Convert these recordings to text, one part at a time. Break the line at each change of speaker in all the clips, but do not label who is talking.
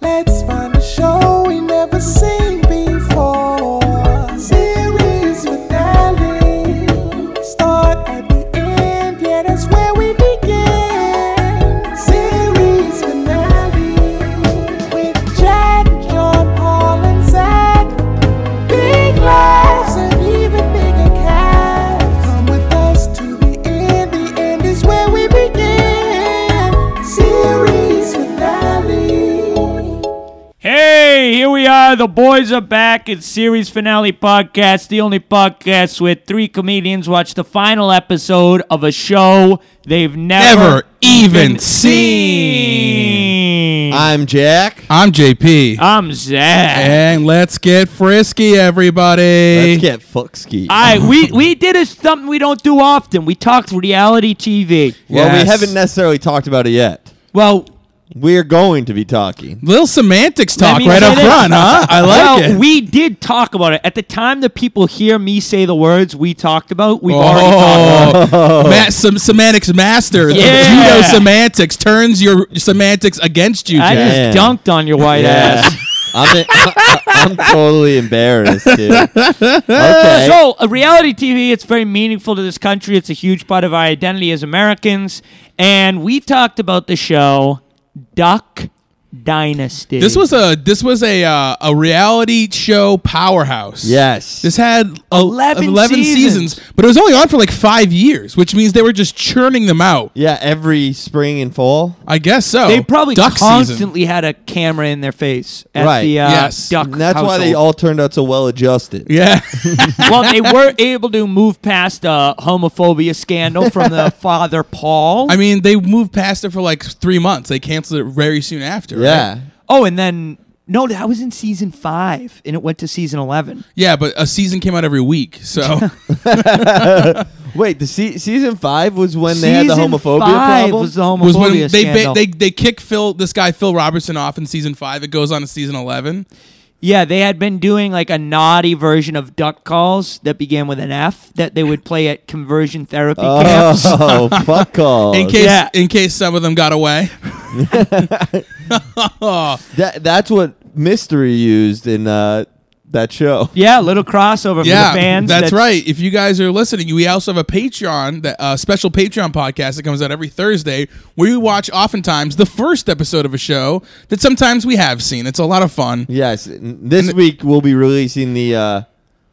Let's find a show we never seen before. Series finale. Start at the end, yeah, that's where we begin. Series finale with Jack, John, Paul, and Zach. Big laughs and even bigger cats. Come with us to the end. The end is where we begin. Series finale.
Hey, here we are. The boys are back. It's series finale podcast, the only podcast where three comedians watch the final episode of a show they've never,
Never even
seen.
I'm Jack.
I'm JP.
I'm Zach.
and let's get frisky, everybody.
Let's get Fuxky.
I we we did a, something we don't do often. We talked reality TV.
well,
Yes.
we haven't necessarily talked about it yet.
Well,
We're going to be talking.
Little semantics
Let
talk
me
right
say
up
this.
front, huh? I like
well,
it.
we did talk about it. At the time that people hear me say the words we talked about, we've
Oh,
already talked about it.
Ma- some semantics master. The
Yeah.
judo semantics turns your semantics against you,
I
Jack.
Yeah.
just dunked on your white ass.
I'm, I'm totally embarrassed, dude. Okay.
So, uh, reality TV, it's very meaningful to this country. It's a huge part of our identity as Americans. And we talked about the show Duck Dynasty.
This was a this was a uh, a reality show powerhouse.
Yes.
This had el-
11
seasons. but it was only on for like 5 years, which means they were just churning them out.
yeah, every spring and fall.
I guess so.
They probably
Oh, Duck season.
constantly had a camera in their face at
Right.
the uh,
Yes.
Duck
And that's why they
household.
all turned out so well adjusted.
Yeah.
well, they were able to move past a homophobia scandal from the father Paul.
I mean, they moved past it for like 3 months. They canceled it very soon after. right?
Yeah.
oh, and then. No, that was in season five, and it went to season 11.
Yeah, but a season came out every week, so
Wait, the se- season five was when they had the
Season
homophobia
five
problem.
was the homophobia
was when they
scandal.
ba- they they kick Phil this guy Phil Robertson off in season five. It goes on to season eleven.
Yeah, they had been doing like a naughty version of duck calls that began with an F that they would play at conversion therapy camps.
oh, fuck all.
In case
yeah.
in case some of them got away.
That, that's what mystery used in uh, that show.
Yeah, little crossover
Yeah,
for the fans.
that's right. If you guys are listening, we also have a Patreon that uh, special Patreon podcast that comes out every Thursday where we watch oftentimes the first episode of a show that sometimes we have seen. It's a lot of fun.
Yes, n- this week we'll be releasing the uh,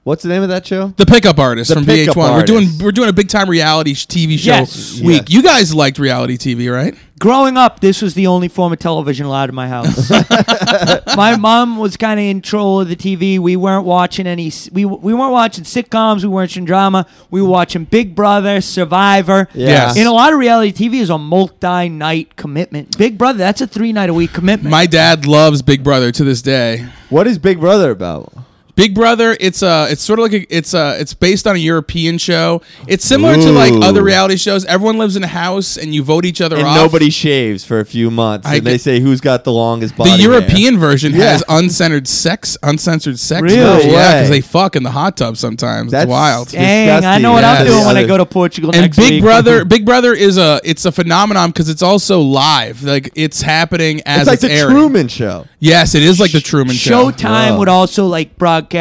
what's the name of that show?
The pickup artist
The
from
Pickup
VH1. We're doing
Artist.
we're doing a big time reality sh- TV show
Yes.
week.
Yeah.
You guys liked reality TV, right?
Growing up, this was the only form of television allowed in my house. my mom was kind of in control of the TV. We weren't watching any. s- We we weren't watching sitcoms. We weren't watching drama. We were watching Big Brother, Survivor.
Yes.
And a lot of reality TV is a multi-night commitment. Big Brother, that's a three-night-a-week commitment.
My dad loves Big Brother to this day.
What is Big Brother about?
Big Brother, it's uh it's sort of like a, it's uh it's based on a European show. It's similar to like
Ooh.
other reality shows. Everyone lives in a house and you vote each other
And
off.
nobody shaves for a few months,
I
and they
get-
say who's got the longest body.
the
hair.
European version
Yeah.
has uncensored sex, uncensored sex.
Really?
version. Yeah,
No way.
because they fuck in the hot tub sometimes.
That's-
it's wild.
Damn.
Dang, I know what I'm
Disgusting.
doing when I
Yes.
go to Portugal
and
next
Big
week.
Brother, Big Brother is a it's a phenomenon because it's also live. Like it's happening as
It's like the
airing.
Truman Show.
Yes, it is like the Truman Show.
Showtime
Wow.
would also like broadcast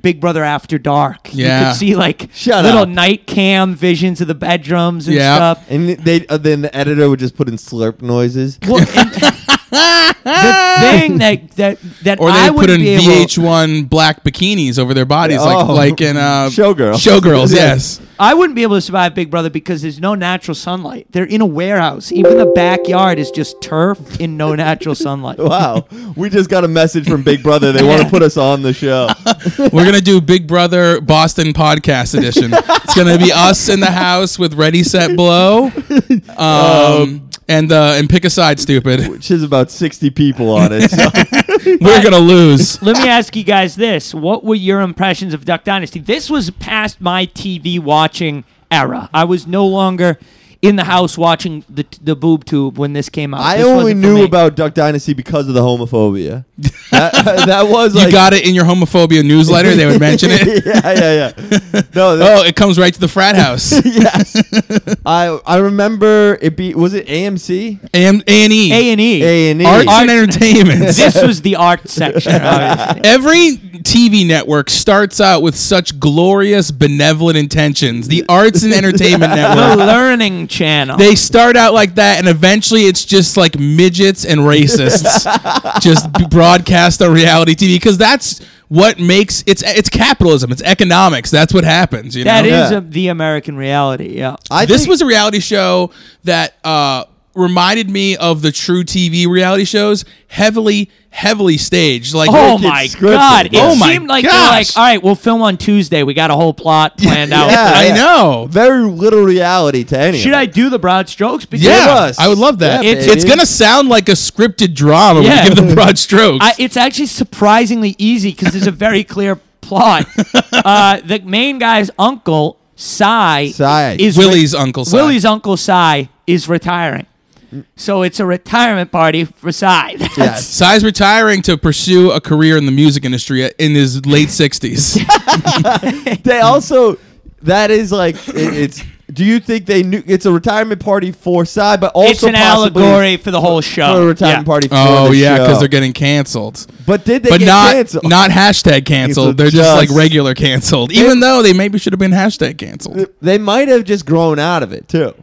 Big Brother after dark. You
Yeah.
could see like
Shut
little
up.
night cam visions of the bedrooms and
Yeah.
stuff.
And they uh, then the editor would just put in slurp noises.
Well, and the thing that that that
Or they
I
put
would
in
be able,
VH1 black bikinis over their bodies, like
Oh.
like in uh,
Showgirls.
Showgirls,
Yeah.
yes.
I wouldn't be able to survive Big Brother because there's no natural sunlight. They're in a warehouse. Even the backyard is just turf in no natural sunlight.
Wow, we just got a message from Big Brother. They want to put us on the show.
We're gonna do Big Brother Boston podcast edition. it's gonna be us in the house with Ready Set Blow, um, and uh, and pick a side, stupid.
Which is about sixty people on it. So.
We're gonna lose.
Let me ask you guys this: What were your impressions of Duck Dynasty? This was past my TV watching era. I was no longer in the house watching the the boob tube when this came out.
I
This
only
wasn't for
knew
me.
about Duck Dynasty because of the homophobia. that, that was
You
like
got it in your homophobia newsletter. They would mention it.
yeah, yeah, yeah. No, that,
Oh, it comes right to the frat house.
yes. I I remember it be was it AMC
AM, A&E.
A and E.
A and E.
Arts
Arts and-
and entertainment.
This was the art section. obviously.
Every TV network starts out with such glorious, benevolent intentions. The Arts and Entertainment
the
Network.
Learning Channel.
They start out like that, and eventually it's just like midgets and racists just b- broadcast on reality TV because that's what makes it's it's capitalism, it's economics. That's what happens. You
That
know,
is
Yeah.
a, the American reality. Yeah.
I
this
think-
was a reality show that uh, reminded me of the true TV reality shows, heavily, heavily staged. Like
Oh
wicked
my
scripted.
god! It
Oh my
seemed like they're like,
gosh.
all right, we'll film on Tuesday. We got a whole plot planned out.
Yeah,
I
Ah, yeah.
know.
very little reality to any. of
Should
it.
I do the broad strokes? Because
Yeah,
us.
I would love that.
Yeah,
it's,
baby.
it's gonna sound like a scripted drama when
Yeah.
we give the broad strokes.
I, it's actually surprisingly easy because there's a very clear plot. uh, the main guy's uncle, Cy,
Cy.
is
Willie's uncle Cy.
Willie's uncle Cy is retiring. So it's a retirement party for Cy.
Yes.
Sai's retiring to pursue a career in the music industry uh, in his late sixties.
They also that is like it, it's. Do you think they knew it's a retirement party for Psy, but also
It's an
possibly
allegory for the whole
for
show.
a
Yeah.
retirement party? For
oh
the
yeah, because
show.
they're getting canceled.
But did they
but
get
not
canceled?
not hashtag canceled.
Canceled,
They're just, like
just-
regular canceled. Even though they maybe should have been hashtag canceled.
They might have just grown out of it too.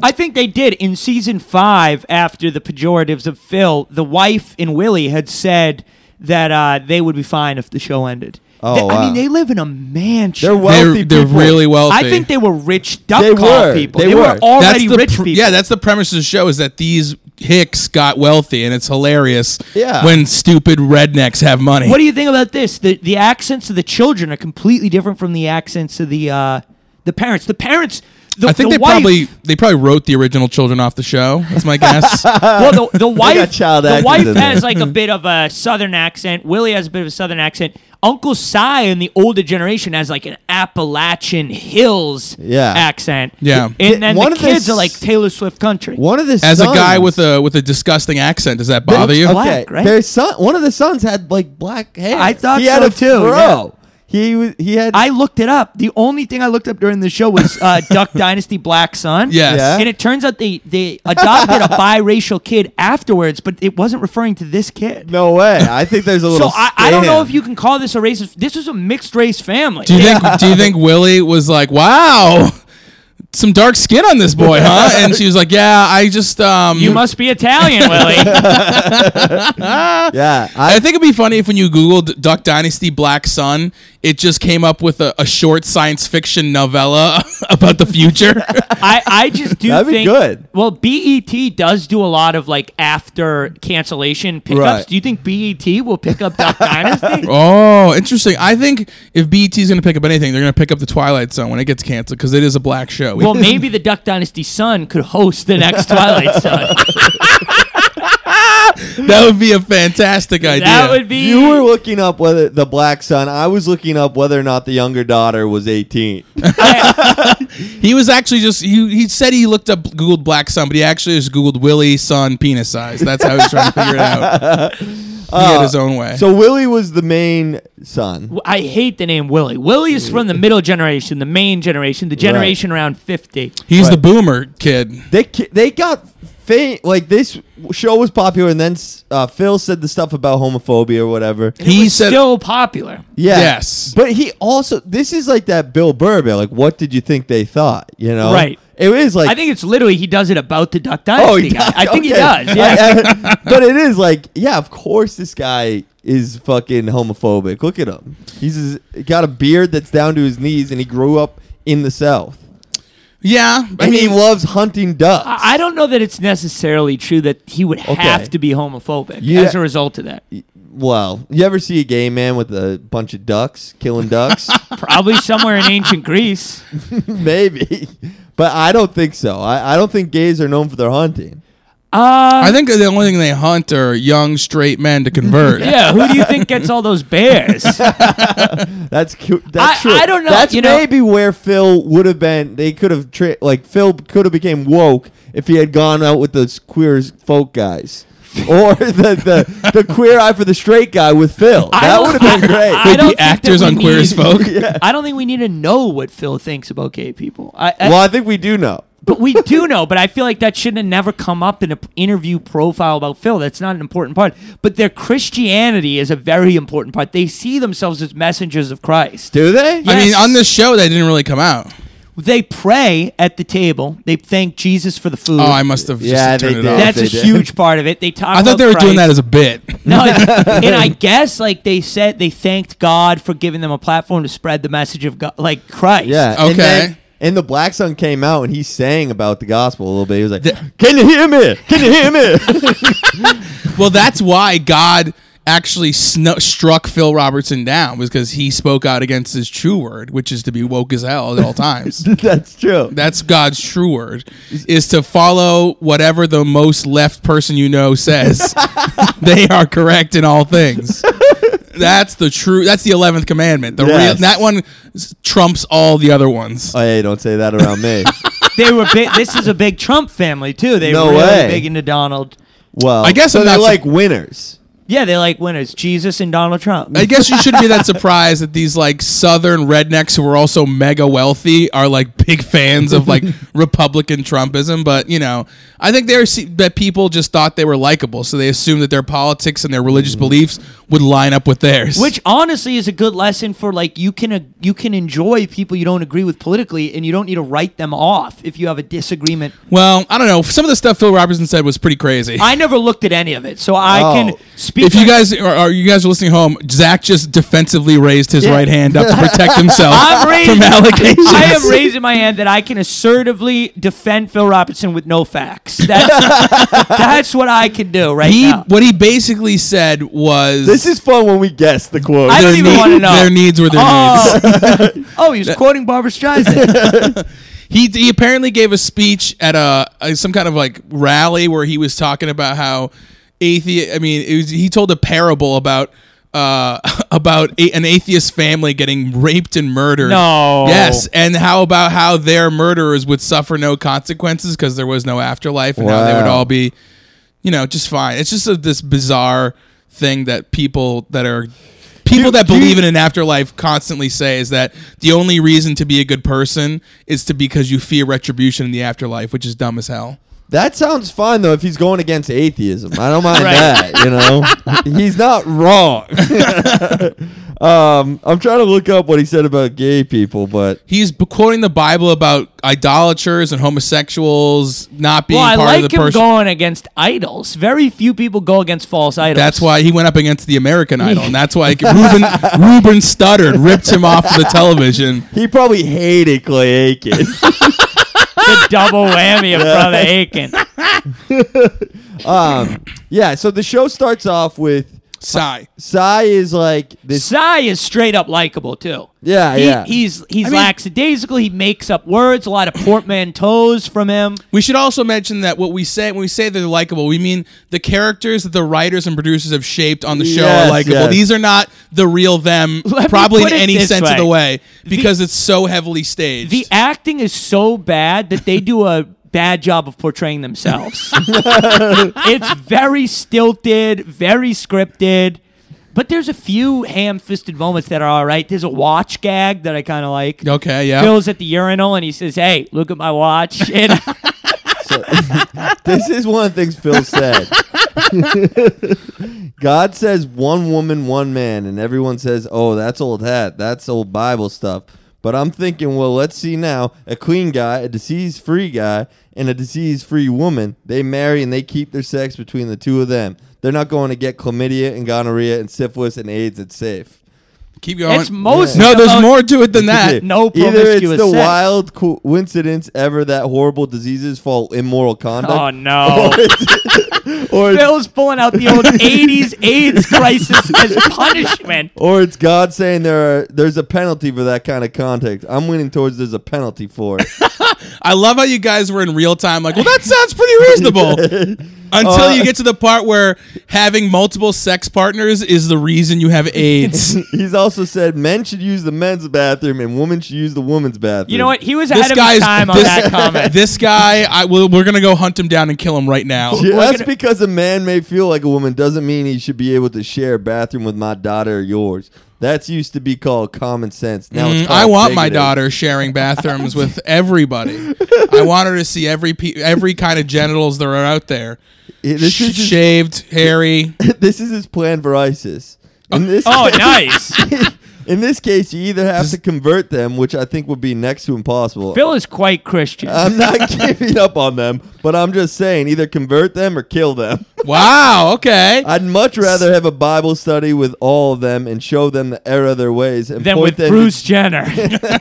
I think they did in season five. After the pejoratives of Phil, the wife and Willie had said that uh, they would be fine if the show ended.
Oh,
They- I
wow.
mean, they live in a mansion.
They're wealthy
They're, they're
people.
really wealthy.
I think they were rich duck
They
call
were.
people. They,
They
were.
were.
already
the
rich
pr-
people.
Yeah, that's the premise of the show is that these hicks got wealthy, and it's hilarious.
Yeah.
when stupid rednecks have money.
what do you think about this? The the accents of the children are completely different from the accents of the uh, the parents. The parents. The,
I think
the
they
wife,
probably they probably wrote the original children off the show. That's my guess.
well, the, the wife,
child
the
actors
wife
in there. Hmm.
has like a bit of a southern accent. Willie has a bit of a southern accent. Uncle Cy in the older generation has like an Appalachian Hills
Yeah.
accent.
Yeah.
and then
One
the
of the
kids are
s-
like Taylor Swift country.
One of the
As a
sons-
guy with a with a disgusting accent, does that
They-
bother you?
Okay,
Black, right?
Their son, one of the sons had like black hair.
I thought
he had
so
a
too,
Fro. He was. He had.
I looked it up. The only thing I looked up during the show was uh, Duck Dynasty Black Sun.
Yes.
Yeah.
And it turns out they, they adopted a biracial kid afterwards, but it wasn't referring to this kid.
no way. I think there's a
So
little.
I, I don't know
scam.
if you can call this a racist. This was a mixed race family.
Do you think Do you think Willie was like, "Wow, some dark skin on this boy, huh?" And she was like, "Yeah, I just um,
You must be Italian, Willie.
Yeah.
I
I,
think it'd be funny if when you googled Duck Dynasty Black Sun, it just came up with a, a short science fiction novella about the future.
I, I just do
That'd be
think
good.
Well, BET does do a lot of like after cancellation pickups.
Right.
Do you think BET will pick up Duck Dynasty?
oh, interesting. I think if BET is going to pick up anything, they're going to pick up The Twilight Zone when it gets canceled because it is a black show.
Well, maybe the Duck Dynasty son could host the next Twilight Zone.
that would be a fantastic idea.
That would be
you were looking up whether the black son. I was looking up whether or not the younger daughter was 18.
He was actually just he, he said he looked up Googled black sun, but he actually just Googled Willie Sun penis size. That's how he was trying to figure it out. he had his own way.
Uh, so Willie was the main son.
I hate the name Willie. Willie is from the
Mm.
middle generation, the main generation, the generation around 50.
He's the boomer kid.
They ki- they got faint. Like this show was popular, and then s- uh, Phil said the stuff about homophobia or whatever.
He
He's
said
still popular.
Yeah.
Yes.
But he also this is like that Bill Burr bit, like what did you think they thought? You know?
Right.
It is like
I think it's literally he does it about the Duck Dynasty
Oh he
guy.
does.
I think he
okay.
does. Yeah.
I- I- but it is like, yeah, of course this guy is fucking homophobic. Look at him. He's he's got a beard that's down to his knees and he grew up in the South.
Yeah. I
and he
mean
loves hunting ducks.
I I don't know that it's necessarily true that he would have to be homophobic
Yeah.
as a result of that.
well, you ever see a gay man with a bunch of ducks killing ducks?
Probably somewhere in ancient Greece.
Maybe. But I don't think so. I, I don't think gays are known for their hunting.
Uh,
I think the only thing they hunt are young straight men to convert.
yeah, who do you think gets all those bears?
That's cu- that's
I-
true.
I don't know,
That's
you know-
maybe where Phil would have been. They could have tra- like Phil could have became woke if he had gone out with those queer folk guys. or the, the the queer eye for the straight guy with Phil.
I
That
don't-
would have been great.
I don't
Wait, the
think that
actors
we
on Queer as
need-
Folk.
I don't think we need to know what Phil thinks about gay people. I, I-
well, I think we do know.
but we do know. But I feel like that shouldn't have never come up in an interview profile about Phil. That's not an important part. But their Christianity is a very important part. They see themselves as messengers of Christ.
Do they?
I mean,
Yes.
on this show, that didn't really come out.
They pray at the table. They thank Jesus for the food.
Oh, I must have.
Yeah,
just turned
they
it
did.
off.
That's a
They did.
huge part of it. They talk.
I
about
thought they were doing
Christ.
that as a bit.
No, and, and I guess like they said, they thanked God for giving them a platform to spread the message of God, like Christ.
Yeah.
Okay.
And, then- and the black son came out and he sang about the gospel a little bit. He was like, "Can you hear me? Can you hear me?"
Well, that's why God actually snu struck Phil Robertson down was because he spoke out against his true word, which is to be woke as hell at all times.
That's true.
That's God's true word is to follow whatever the most left person you know says. they are correct in all things. That's the true. That's the eleventh commandment. The real,
Yes.
that one s- trumps all the other ones.
Oh, hey, don't say that around me.
they were. Big, this is a big Trump family too. They
No
were really
way.
big into Donald.
Well,
I guess
so
I'm
they're
not
like
su-
winners.
Yeah, they like winners. Jesus and Donald Trump.
I guess you shouldn't be that surprised that these like southern rednecks who are also mega wealthy are like big fans of like Republican Trumpism. But you know, I think they're se- that people just thought they were likable, so they assumed that their politics and their religious beliefs would line up with theirs.
Mm. Which honestly is a good lesson for like you can uh, you can enjoy people you don't agree with politically, and you don't need to write them off if you have a disagreement.
well, I don't know. Some of the stuff Phil Robertson said was pretty crazy.
I never looked at any of it, so I
Oh.
can speak.
if you
like-
guys are, are you guys are listening home, Zach just defensively raised his
Yeah.
right hand up to protect himself
I'm raising,
from allegations.
I am raising my hand that I can assertively defend Phil Robertson with no facts. That's, that's what I can do right
he,
now.
what he basically said was
This is fun when we guess the quote.
I don't
their
even
need-
wanna know.
Their needs were their needs.
Oh. oh, he was quoting Barbara Streisand.
He, he apparently gave a speech at a, a- some kind of like rally where he was talking about how atheist. I mean, it was, he told a parable about uh, about a, an atheist family getting raped and murdered.
No.
Yes, and how about how their murderers would suffer no consequences because there was no afterlife, and how they would
Wow.
all be, you know, just fine. It's just a, this bizarre thing that people that are people
You-
that
you-
believe in an afterlife constantly say is that the only reason to be a good person is to because you fear retribution in the afterlife, which is dumb as hell.
That sounds fine though if he's going against atheism. I don't mind
Right.
that, you know. he's not wrong. um, I'm trying to look up what he said about gay people, but
He's b- quoting the Bible about idolaters and homosexuals not being
well, I
part of
like
the
him
person.
going against idols. Very few people go against false idols.
that's why he went up against the American Idol, and that's why Ruben Ruben stuttered, ripped him off of the television.
he probably hated Clay Aiken.
the double whammy of Brother Aiken.
um, yeah, so the show starts off with
Sigh.
Psy is like this
Psy is straight up likable too.
Yeah,
he,
yeah.
He's he's
I mean-
lackadaisical. He makes up words. A lot of portmanteaus from him.
We should also mention that what we say when we say they're likable, we mean the characters that the writers and producers have shaped on the show
Yes,
are likable.
yes.
These are not the real them,
Let me
probably in
put it
any
this
sense of the
way.
way, because it's so heavily staged.
The acting is so bad that they do a bad job of portraying themselves. it's very stilted, very scripted. But there's a few ham-fisted moments that are all right. There's a watch gag that I kind of like.
okay, yeah.
Phil's at the urinal and he says, "Hey, look at my watch." And
this is one of the things Phil said. God says one woman, one man, and everyone says, "Oh, that's old hat. That's old Bible stuff." But I'm thinking, well, let's see now. A clean guy, a disease-free guy, and a disease-free woman, they marry and they keep their sex between the two of them. They're not going to get chlamydia and gonorrhea and syphilis and AIDS. It's safe.
Keep going.
it's mostly
no, there's
about-
more to it than that.
No
Either it's
promiscuous
the
sex.
wild coincidence ever that horrible diseases follow immoral conduct.
Oh no.
or it's
Phil's pulling out the old 80s AIDS crisis as punishment.
Or it's God saying there are, there's a penalty for that kind of contact. I'm leaning towards there's a penalty for it.
I love how you guys were in real time, like, well, that sounds pretty reasonable. Until
Uh,
you get to the part where having multiple sex partners is the reason you have AIDS.
He's also said men should use the men's bathroom and women should use the women's bathroom.
You know what? He was
this
ahead of
guy's
his time on
this,
that comment.
This guy, I will. We're gonna go hunt him down and kill him right now.
Yeah, that's
gonna-
because a man may feel like a woman doesn't mean he should be able to share a bathroom with my daughter or yours. That's used to be called common sense. Now
Mm,
Mm-hmm.
it's
I
called
want my
bigoted.
daughter sharing bathrooms with everybody. I want her to see every pe- every kind of genitals that are out there.
Yeah, This
Sh-
is his,
shaved, hairy.
this is his plan for ISIS. In this,
oh, nice.
in this case, you either have to convert them, which I think would be next to impossible.
Phil is quite Christian.
Uh,
I'm not giving up on them, but I'm just saying either convert them or kill them.
Wow. Okay.
I'd much rather have a Bible study with all of them and show them the error of their ways and
than
point
with
them
Bruce Jenner.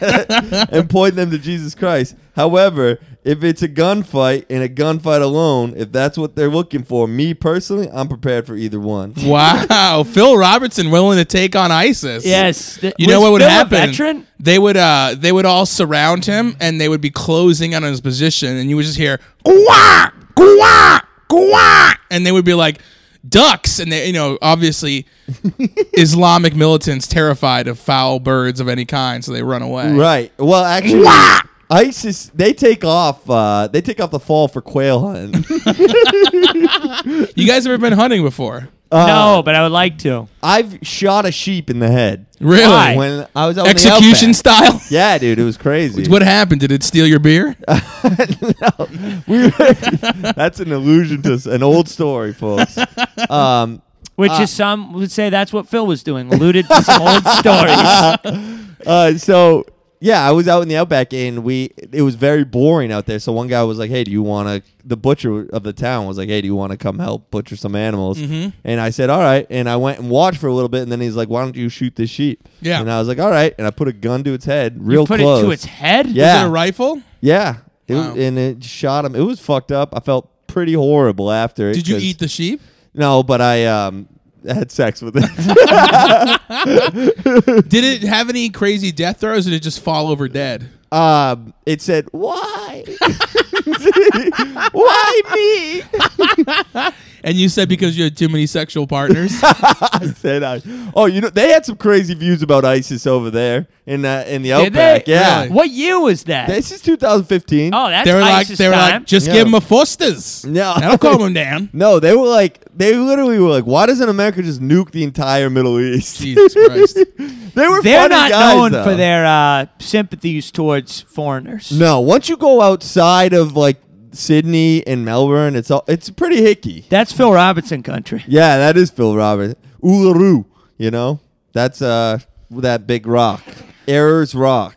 and point them to Jesus Christ. However, if it's a gunfight and a gunfight alone, if that's what they're looking for, me personally, I'm prepared for either one.
Wow, Phil Robertson willing to take on ISIS.
yes. Th-
You know
was
what would
Phil
happen?
A veteran?
They would uh they would all surround him and they would be closing in on his position and you would just hear "Gwah! Gwah! Gwah!" and they would be like ducks and they you know obviously Islamic militants terrified of foul birds of any kind so they run away.
Right. Well, actually, ISIS they take off. Uh, they take off the fall for quail hunting.
You guys ever been hunting before?
no, but I would like to.
I've shot a sheep in the head
Really?
Why?
when I was out in the
Execution
outback.
style?
Yeah, dude, it was crazy.
What happened? Did it steal your beer?
We were- that's an allusion to s- an old story, folks. Um,
Which
uh,
is some would say that's what Phil was doing, alluded to some old stories.
uh, so yeah, I was out in the outback and we it was very boring out there. So one guy was like, "Hey, do you want to?" The butcher of the town was like, "Hey, do you want to come help butcher some animals?" And I said, "All right." And I went and watched for a little bit, and then he's like, "Why don't you shoot this sheep?"
Yeah.
And I was like, "All right." And I put a gun to its head, real
Put
close.
it to its head.
Yeah.
Is it a rifle?
Yeah. It was-
Wow.
and it shot him. It was fucked up. I felt pretty horrible after. it
Did you
'cause-
eat the sheep?
No, but I um had sex with it.
Did it have any crazy death throes or did it just fall over dead?
um, it said, "Why? Why me?"
And you said because you had too many sexual partners.
said I. Oh, you know they had some crazy views about ISIS over there in uh, in the outback.
they?
Yeah,
Really?
What year was that?
this is 2015.
oh, that's
they were like,
ISIS
they were
time.
like, just
Yeah.
give him a Foster's.
No.
that'll calm him down.
No, they were like they literally were like, why doesn't America just nuke the entire Middle East?
Jesus Christ.
They were
They're
funny
not
guys,
known
though.
for their uh, sympathies towards foreigners.
No, once you go outside of like Sydney and Melbourne, it's all it's pretty hicky.
That's Phil Robinson country.
Yeah, that is Phil Roberts. Uluru, you know? That's uh that big rock. Errors Rock.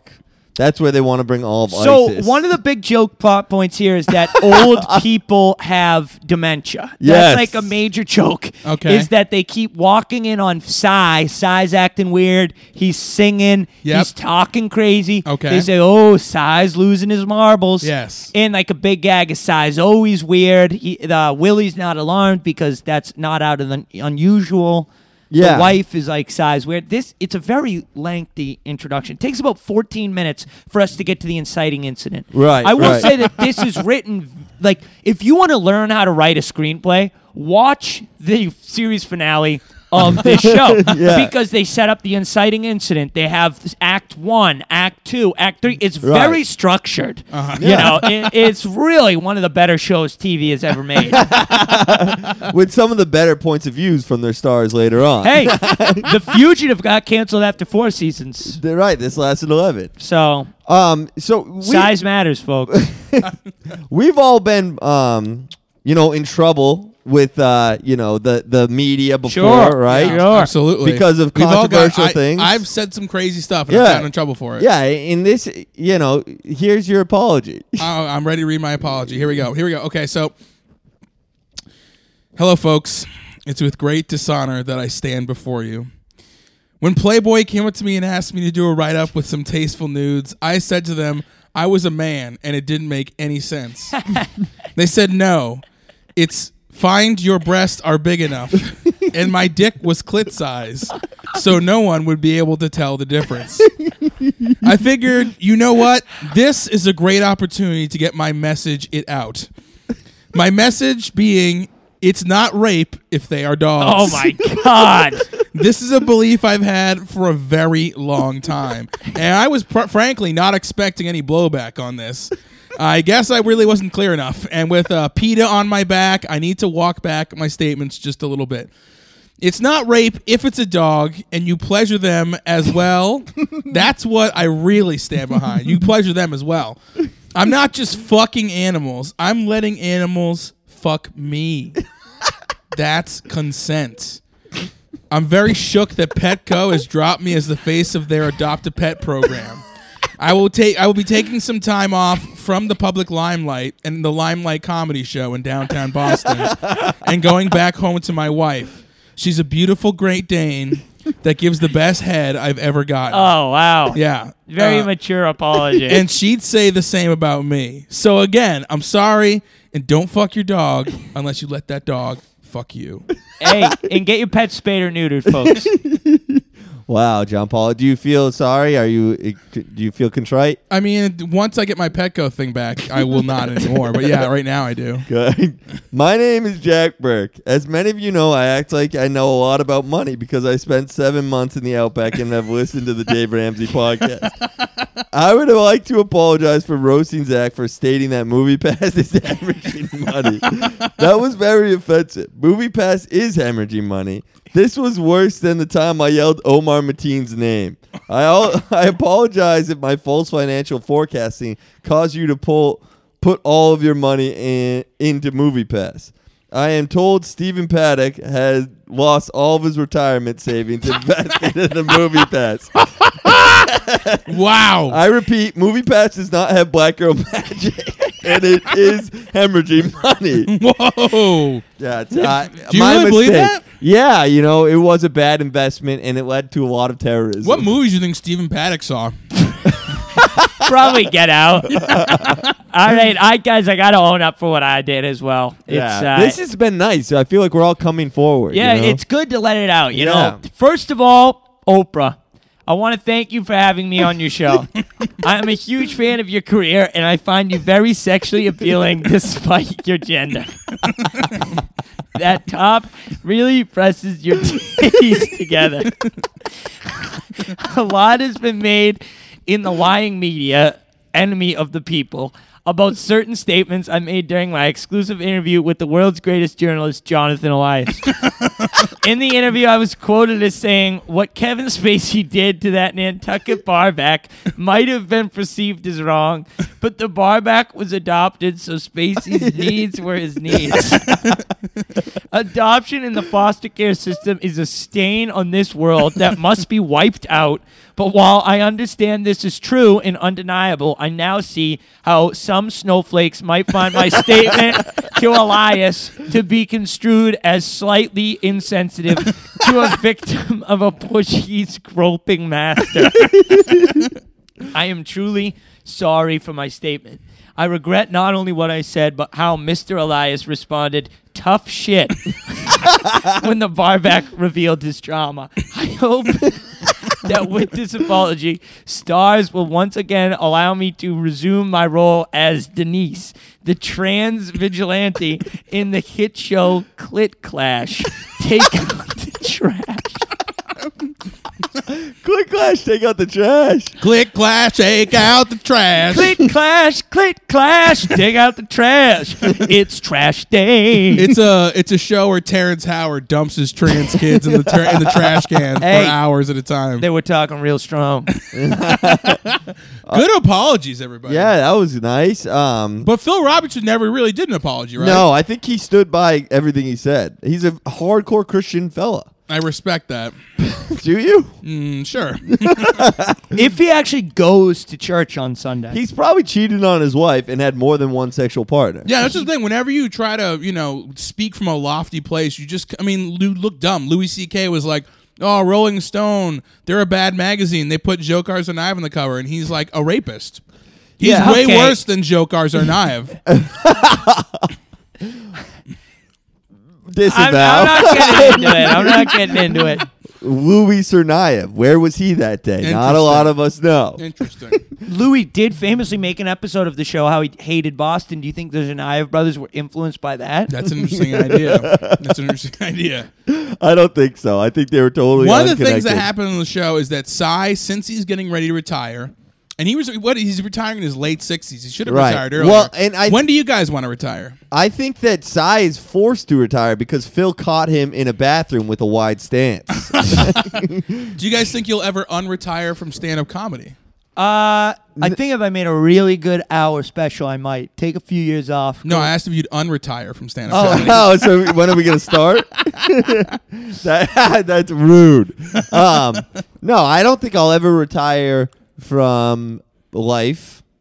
That's where they want to bring all of
So
ISIS.
one of the big joke plot points here is that old people have dementia.
Yes.
That's like a major joke.
Okay.
Is that they keep walking in on Psy. Psy's acting weird. He's singing.
Yep.
He's talking crazy.
Okay.
They say, oh, Psy's losing his marbles.
Yes.
And like a big gag is Psy's always weird. He, uh, Willie's not alarmed because that's not out of the unusual.
Yeah.
The wife is like size weird. This it's a very lengthy introduction. It takes about 14 minutes for us to get to the inciting incident.
Right,
I will
right.
say that this is written like if you want to learn how to write a screenplay, watch the series finale of this show
Yeah.
because they set up the inciting incident. They have this act 1, act 2, act 3. It's
Right.
very structured. You
Uh-huh.
Yeah.
know, it, it's really one of the better shows TV has ever made.
with some of the better points of views from their stars later on.
hey, The Fugitive got canceled after 4 seasons.
They're right, this lasted eleven.
So
Um so we,
size matters, folks.
we've all been um you know in trouble with uh you know the the media before,
Sure,
right?
yeah. Sure.
Absolutely.
Because of
We've all got-
controversial
I-
things.
I've said some crazy stuff and
Yeah.
I'm in trouble for it.
Yeah, in this, you know, here's your apology.
Oh, I'm ready to read my apology. Here we go. Here we go. Okay, so hello, folks. It's with great dishonor that I stand before you. When Playboy came up to me and asked me to do a write up with some tasteful nudes, I said to them, I was a man and it didn't make any sense. they said, No, it's find your breasts are big enough. and my dick was clit size, so no one would be able to tell the difference. I figured, you know what? This is a great opportunity to get my message it out. My message being It's not rape if they are dogs.
Oh my god.
this is a belief I've had for a very long time, and I was pr- frankly not expecting any blowback on this. I guess I really wasn't clear enough, and with uh, PETA on my back, I need to walk back my statements just a little bit. It's not rape if it's a dog and you pleasure them as well. That's what I really stand behind. You pleasure them as well. I'm not just fucking animals. I'm letting animals fuck me. That's consent. I'm very shook that Petco has dropped me as the face of their adopt a pet program. I will take I will be taking some time off from the public limelight and the limelight comedy show in downtown Boston and going back home to my wife. She's a beautiful Great Dane that gives the best head I've ever gotten.
Oh wow.
yeah.
Very
Uh,
mature apology.
and she'd say the same about me. So again, I'm sorry and don't fuck your dog unless you let that dog fuck you.
hey, and get your pet spayed or neutered, folks.
Wow, John Paul, do you feel sorry? Are you eh, do you feel contrite?
I mean, once I get my Petco thing back, I will not anymore. But yeah, right now I do.
Good. My name is Jack Burke. As many of you know, I act like I know a lot about money because I spent seven months in the Outback and have listened to the Dave Ramsey podcast. I would like to apologize for roasting Zach for stating that Movie Pass is hemorrhaging money. That was very offensive. Movie Pass is hemorrhaging money. This was worse than the time I yelled Omar Mateen's name. I all, I apologize if my false financial forecasting caused you to pull put all of your money in, into Movie Pass. I am told Stephen Paddock has lost all of his retirement savings invested in the Movie Pass.
Wow.
I repeat, Movie Pass does not have Black Girl Magic, and it is hemorrhaging money.
Whoa.
Yeah, it's, uh,
Do you
my
really believe that?
mistake. Yeah, you know, it was a bad investment, and it led to a lot of terrorism.
What movies do you think Stephen Paddock saw?
Probably get out. all right, I guys, I gotta own up for what I did as well. It's,
Yeah.
uh,
this has been nice. I feel like we're all coming forward.
Yeah,
you know?
it's good to let it out. You
Yeah.
know, first of all, Oprah, I want to thank you for having me on your show. I'm a huge fan of your career, and I find you very sexually appealing despite your gender. that top really presses your teeth together. a lot has been made in the lying media, enemy of the people, about certain statements I made during my exclusive interview with the world's greatest journalist, Jonathan Elias. In the interview, I was quoted as saying, What Kevin Spacey did to that Nantucket barback might have been perceived as wrong, but the barback was adopted, so Spacey's needs were his needs. Adoption in the foster care system is a stain on this world that must be wiped out. But while I understand this is true and undeniable, I now see how some snowflakes might find my statement to Elias to be construed as slightly insensitive to a victim of a Portuguese groping master. I am truly sorry for my statement. I regret not only what I said, but how Mr. Elias responded, tough shit, when the barback revealed his drama. I hope that with this apology, Stars will once again allow me to resume my role as Denise, the trans vigilante in the hit show Clit Clash. Take out the trash.
Click Clash, take out the trash.
Click, clash, shake out the trash.
Clit clash, clit clash, dig out the trash. It's trash day.
It's a it's a show where Terrence Howard dumps his trans kids in the ter- in the trash can
Hey.
for hours at a time.
they were talking real strong.
Good apologies, everybody.
Yeah, that was nice. Um,
But Phil Robertson never really did an apology, right?
No, I think he stood by everything he said. He's a hardcore Christian fella.
I respect that.
Do you?
Mm, sure.
if he actually goes to church on Sunday,
He's probably cheated on his wife and had more than one sexual partner.
Yeah, that's the thing. Whenever you try to, you know, speak from a lofty place, you just, I mean, you look dumb. Louis C.K. was like, oh, Rolling Stone, they're a bad magazine. They put Joe Zarnaev on the cover, and he's like a rapist. He's
Yeah,
way
okay.
worse than Joe Zarnaev.
I'm,
Disavow.
I'm not getting into it. I'm not getting into it.
Louis Tsarnaev. Where was he that day? Not a lot of us know.
Interesting.
Louis did famously make an episode of the show how he hated Boston. Do you think the Zhanayev brothers were influenced by that?
That's an interesting idea. That's an interesting idea.
I don't think so. I think they were totally
One of the things that
unconnected.
happened on the show is that Cy, since he's getting ready to retire, and he was what he's retiring in his late sixties. He should have
Right.
retired earlier.
Well, and I-
when do you guys want to retire?
I think that Cy is forced to retire because Phil caught him in a bathroom with a wide stance.
Do you guys think you'll ever unretire from stand-up comedy?
Uh, I think if I made a really good hour special, I might take a few years off.
No, I asked if you'd unretire from stand-up
Oh.
comedy.
oh, so when are we gonna start? that, that's rude. Um, no, I don't think I'll ever retire from life.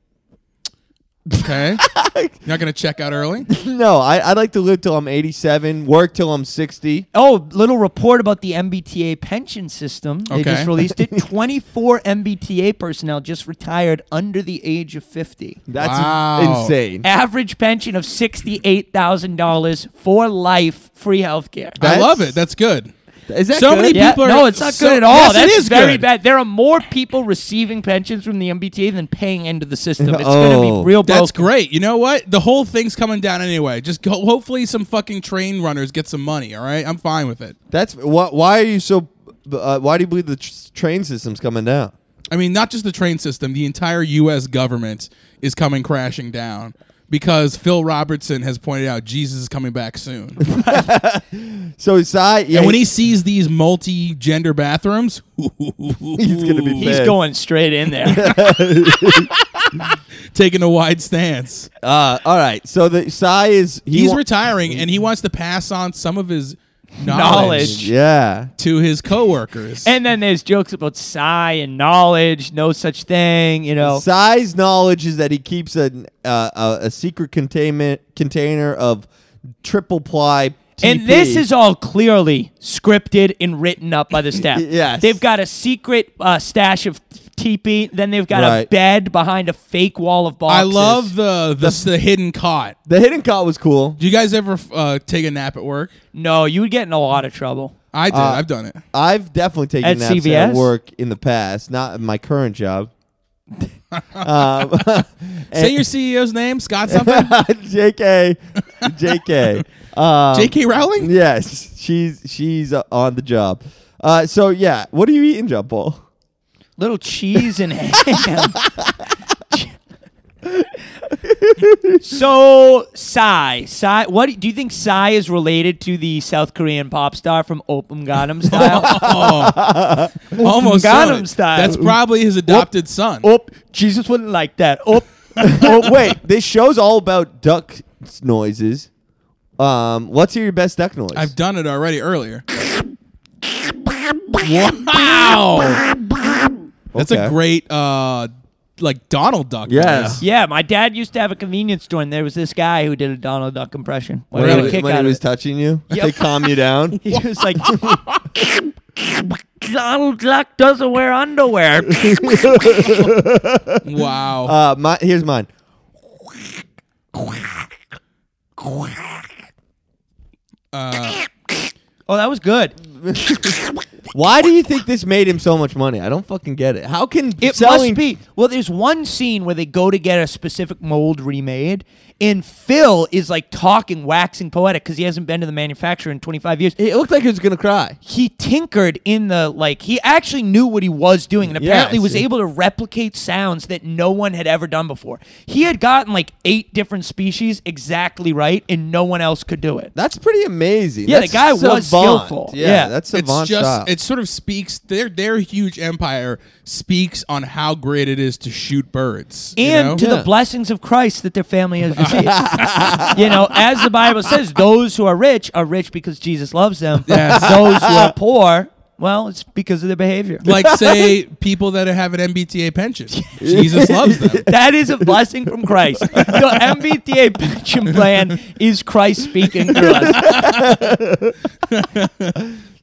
Okay, you're not gonna check out early.
No, I, I'd like to live till I'm 87, work till I'm 60.
Oh, little report about the MBTA pension system. They
Okay.
just released it. 24 MBTA personnel just retired under the age of 50.
Mm.
That's
Wow.
insane.
Average pension of $68,000 for life, free healthcare.
I
That's-
love it. That's good.
Is that
So
good?
many
Yeah,
people are-
no, it's not
so-
good at all.
Yes, it
That's
is
very
good.
bad. There are more people receiving pensions from the MBTA than paying into the system. It's
Oh.
going to be real broke.
That's great. You know what? The whole thing's coming down anyway. Just go, hopefully some fucking train runners get some money. All right, I'm fine with it.
That's why, why are you so? Uh, why do you believe the tr- train system's coming down?
I mean, not just the train system, the entire U.S. government is coming crashing down because Phil Robertson has pointed out Jesus is coming back soon.
So Cy, yeah,
and when he sees these multi gender bathrooms,
he's gonna be
He's
bad.
going straight in there.
taking a wide stance.
Uh, all right. So the Cy is he
He's
wa-
retiring and he wants to pass on some of his knowledge,
Knowledge.
Yeah.
to his coworkers.
and then there's jokes about sigh and knowledge, no such thing, you know.
Cy's knowledge is that he keeps a uh, a, a secret containment container of triple ply.
And
TP.
this is all clearly scripted and written up by the staff.
Yes.
They've got a secret uh, stash of teepee. Then they've got a
Right.
bed behind a fake wall of
I
boxes.
love the, the the hidden cot.
the hidden cot was cool.
Do you guys ever uh, take a nap at work?
No, you would get in a lot of trouble.
I did.
Uh,
I've done it.
I've definitely taken
At
naps at
CVS?
work in the past, not in my current job. um,
Say
eh.
your CEO's name, Scott something.
Jk, Jk. Um,
J.K. Rowling.
Yes, she's she's uh, on the job. Uh, so yeah, what are you eating, John Paul?
Little cheese and ham. so Psy, Psy, what do- do you think Psy is related to the South Korean pop star from Opum Gangnam Style?
Oh, almost
Gangnam
said it.
Style.
That's probably his adopted son.
oh, Jesus wouldn't like that. Oh,
oh wait, this show's all about duck s- noises. Um, let's hear your best duck noise.
I've done it already earlier. wow, that's a
Okay.
great uh, like Donald Duck.
Yes.
noise.
yeah. My dad used to have a convenience store, and there was this guy who did a Donald Duck impression. When I
when, he
got a
was-
kick
when he
out of
was
it.
touching you
Yep.
to calm you down.
He was like, Donald Duck doesn't wear underwear.
Wow.
Uh, my here's mine. Uh,
oh, that was good.
Why do you think this made him so much money? I don't fucking get it. How can
It
selling
must be. Well, there's one scene where they go to get a specific mold remade, and Phil is like talking, waxing poetic because he hasn't been to the manufacturer in 25 years.
It looked like he was gonna cry.
He tinkered in the like. He actually knew what he was doing, and apparently
Yes.
was able to replicate sounds that no one had ever done before. He had gotten like eight different species exactly right, and no one else could do it.
That's pretty amazing.
Yeah, the
That's
guy was
savant.
skillful.
Yeah,
Yeah.
that's
it's
savant
just
style.
it sort of speaks their their huge empire speaks on how great it is to shoot birds you
and
know?
to
Yeah.
the blessings of Christ that their family has received. you know, as the Bible says, those who are rich are rich because Jesus loves them.
Yes.
Those who are poor, well, it's because of their behavior.
like say people that have an MBTA pension Jesus loves them
That is a blessing from Christ. The MBTA pension plan is Christ speaking through us.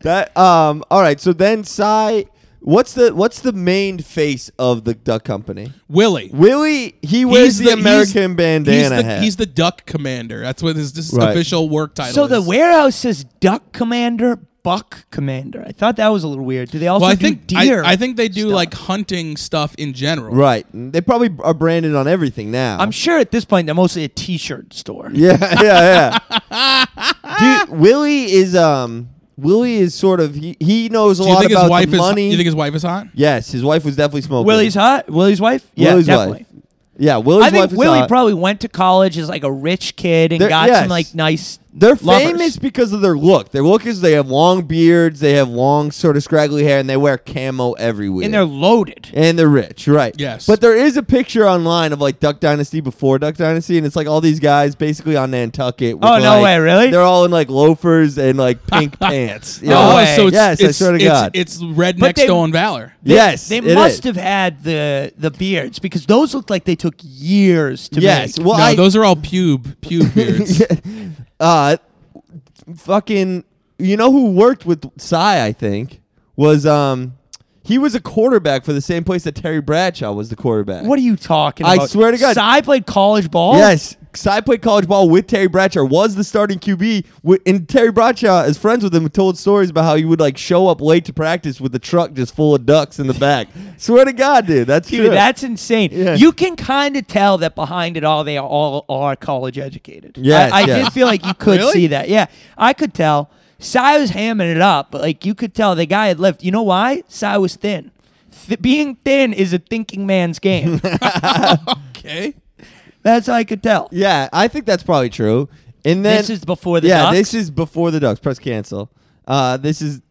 That um. All right. So then, Cy, what's the what's the main face of the duck company?
Willie
Willie, he wears the,
he's-
American bandana
he's the,
hat.
he's the duck commander that's what his this
Right.
official work title
So the
is.
warehouse says duck commander, buck commander. I thought that was a little weird. Do they also
Well, I
do
think
deer?
I, I think they do
stuff?
like hunting stuff in general.
Right. They probably are branded on everything now.
I'm sure at this point they're mostly a T-shirt store.
Yeah, yeah, yeah. Dude, Willie is um Willie is sort of he, he knows a
Do you
lot
think
about
his wife
the
is?
money.
You think his wife is hot?
yes, his wife was definitely smoking.
Willie's hot. Willie's wife. Yeah,
Willie's
definitely.
wife. Yeah, Willie's
I think
wife is
Willie
hot.
probably went to college as like a rich kid and
They're-
got
yes.
some like nice.
They're
lovers.
famous because of their look. Their look is they have long beards, they have long sort of scraggly hair, and they wear camo everywhere.
and they're loaded.
and they're rich, right?
Yes.
But there is a picture online of like Duck Dynasty before Duck Dynasty, and it's like all these guys basically on Nantucket. With,
Oh, no
like-
way, really?
They're all in like loafers and like pink pants. you
No
know?
way.
Oh, so it's,
Yes, I
it's,
swear to
it's-
God.
it's redneck
But they-
stolen valor.
Yes,
They
it
must
is.
have had the the beards because those looked like they took years to
Yes,
make.
well,
no,
I,
those are all pube pube beards.
uh, fucking, you know who worked with Psy? I think was um, he was a quarterback for the same place that Terry Bradshaw was the quarterback.
What are you talking
I
about?
swear to God.
Cy played college ball.
Yes, Psy played college ball with Terry Bradshaw. Was the starting QB, wi- and Terry Bradshaw is friends with him. Told stories about how he would like show up late to practice with a truck just full of ducks in the back. Swear to God, dude, that's
Dude,
true.
that's insane.
Yeah.
You can kind of tell that behind it all, they are all are college educated.
Yes,
I, I
yes.
did feel like you could
Really?
see that. Yeah, I could tell. Sai was hamming it up, but like you could tell the guy had left. You know why? Sai was thin. Th- being thin is a thinking man's game.
okay.
That's how I could tell.
yeah, I think that's probably true. And then
This is before the
yeah,
Ducks?
this is before the ducks. Press cancel. Uh, this is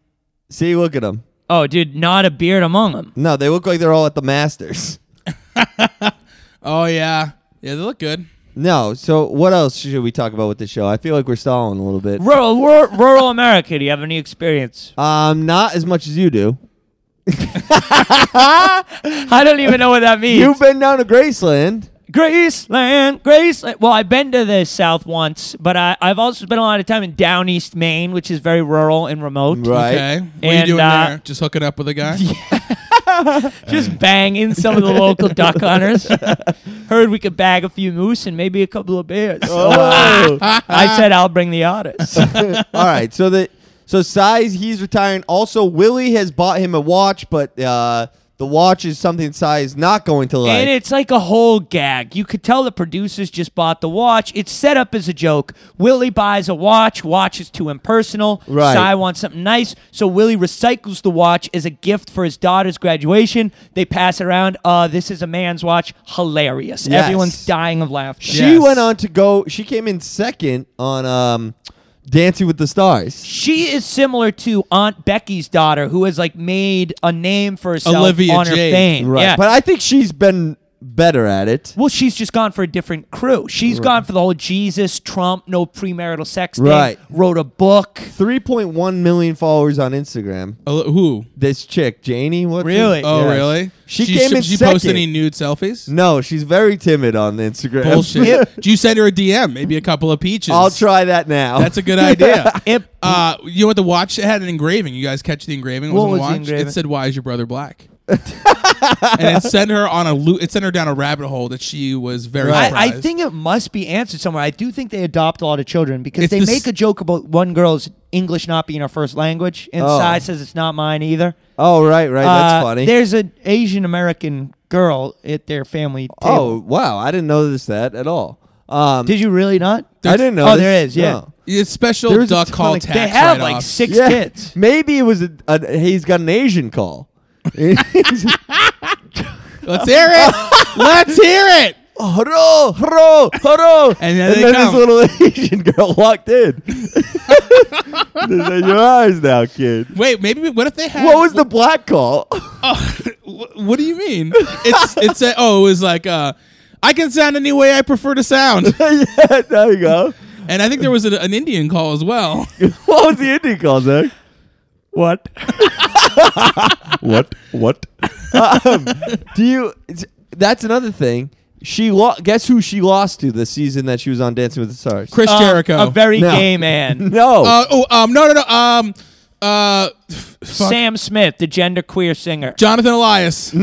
see, look at them.
Oh, dude, not a beard among them.
No, they look like they're all at the Masters.
Oh yeah, yeah, they look good.
No, so what else should we talk about with the show? I feel like we're stalling a little bit.
Rural, rural, rural America. Do you have any experience?
Um, not as much as you do.
I don't even know what that means.
You've been down to Graceland.
Graceland, Graceland. Well, I've been to the South once, but I, I've also spent a lot of time in down east Maine, which is very rural and remote.
Right.
Okay, what are you
And,
doing
uh,
there? Just hooking up with a guy.
Just banging some of the local duck hunters. Heard we could bag a few moose and maybe a couple of bears.
Oh.
So, uh, I said I'll bring the otters.
All right, so the so size he's retiring. Also, Willie has bought him a watch, but uh, the watch is something size not going to like.
And it's like a whole gag. You could tell the producers just bought the watch. It's set up as a joke. Willie buys a watch. Watch is too impersonal.
Right.
Cy wants something nice. So Willie recycles the watch as a gift for his daughter's graduation. They pass it around. Uh, this is a man's watch. Hilarious.
Yes.
Everyone's dying of laughter.
she
Yes.
went on to go. She came in second on um, Dancing with the Stars.
She is similar to Aunt Becky's daughter, who has like made a name for herself
Olivia
on her
Jade.
fame.
Right,
Yeah.
but I think she's been better at it.
Well, she's just gone for a different crew. She's gone for the whole Jesus, Trump, no premarital sex thing.
Right.
Wrote a book.
3.1 million followers on Instagram.
Uh, who?
This chick, Janie, what?
Really?
Oh
Yes.
really?
She came
sh-
in
She
second.
post any nude selfies?
No, she's very timid on Instagram.
Bullshit. Do you send her a DM? Maybe a couple of peaches.
I'll try that now.
That's a good idea.
It,
Uh, you know what? The watch had an engraving. You guys catch the engraving? It
What
on
was the
watch.
engraving?
It said, "Why is your brother black?" and it sent her on a loop. It sent her down a rabbit hole that she was very.
I, I
surprised.
think it must be answered somewhere. I do think they adopt a lot of children because
It's
they
this-
make a joke about one girl's English not being her first language, and
Oh.
Sai says it's not mine either.
oh, right, right.
Uh,
That's funny.
There's an Asian American girl at their family table.
Oh, wow. I didn't notice that at all. Um,
Did you really not?
I didn't know.
Oh, there is, yeah.
it's special
There's a
duck
ton
call
of-
tax.
They have like
write-offs.
six
Yeah.
kids.
Maybe it was a, a, he's got an Asian call.
Let's hear it. Let's hear it.
"Oh, Hello, hello, hello.
And then they
this
come.
little Asian girl walked in. They said, Your eyes now, kid.
Wait, maybe what if they had?
What was the black call?
Wh- What do you mean? It's it's a, oh, it was like uh, I can sound any way I prefer to sound,
yeah, there you go.
and I think there was an, an Indian call as well.
What was the Indian call, Zach?
What?
what? What? um, do you? it's- That's another thing. She lo- guess who she lost to this season that she was on Dancing with the Stars.
Chris Jericho.
Um, a very
No.
gay man.
No,
Uh, oh, um, no, no, no. Um, uh, f- fuck.
Sam Smith, the genderqueer singer.
Jonathan Elias.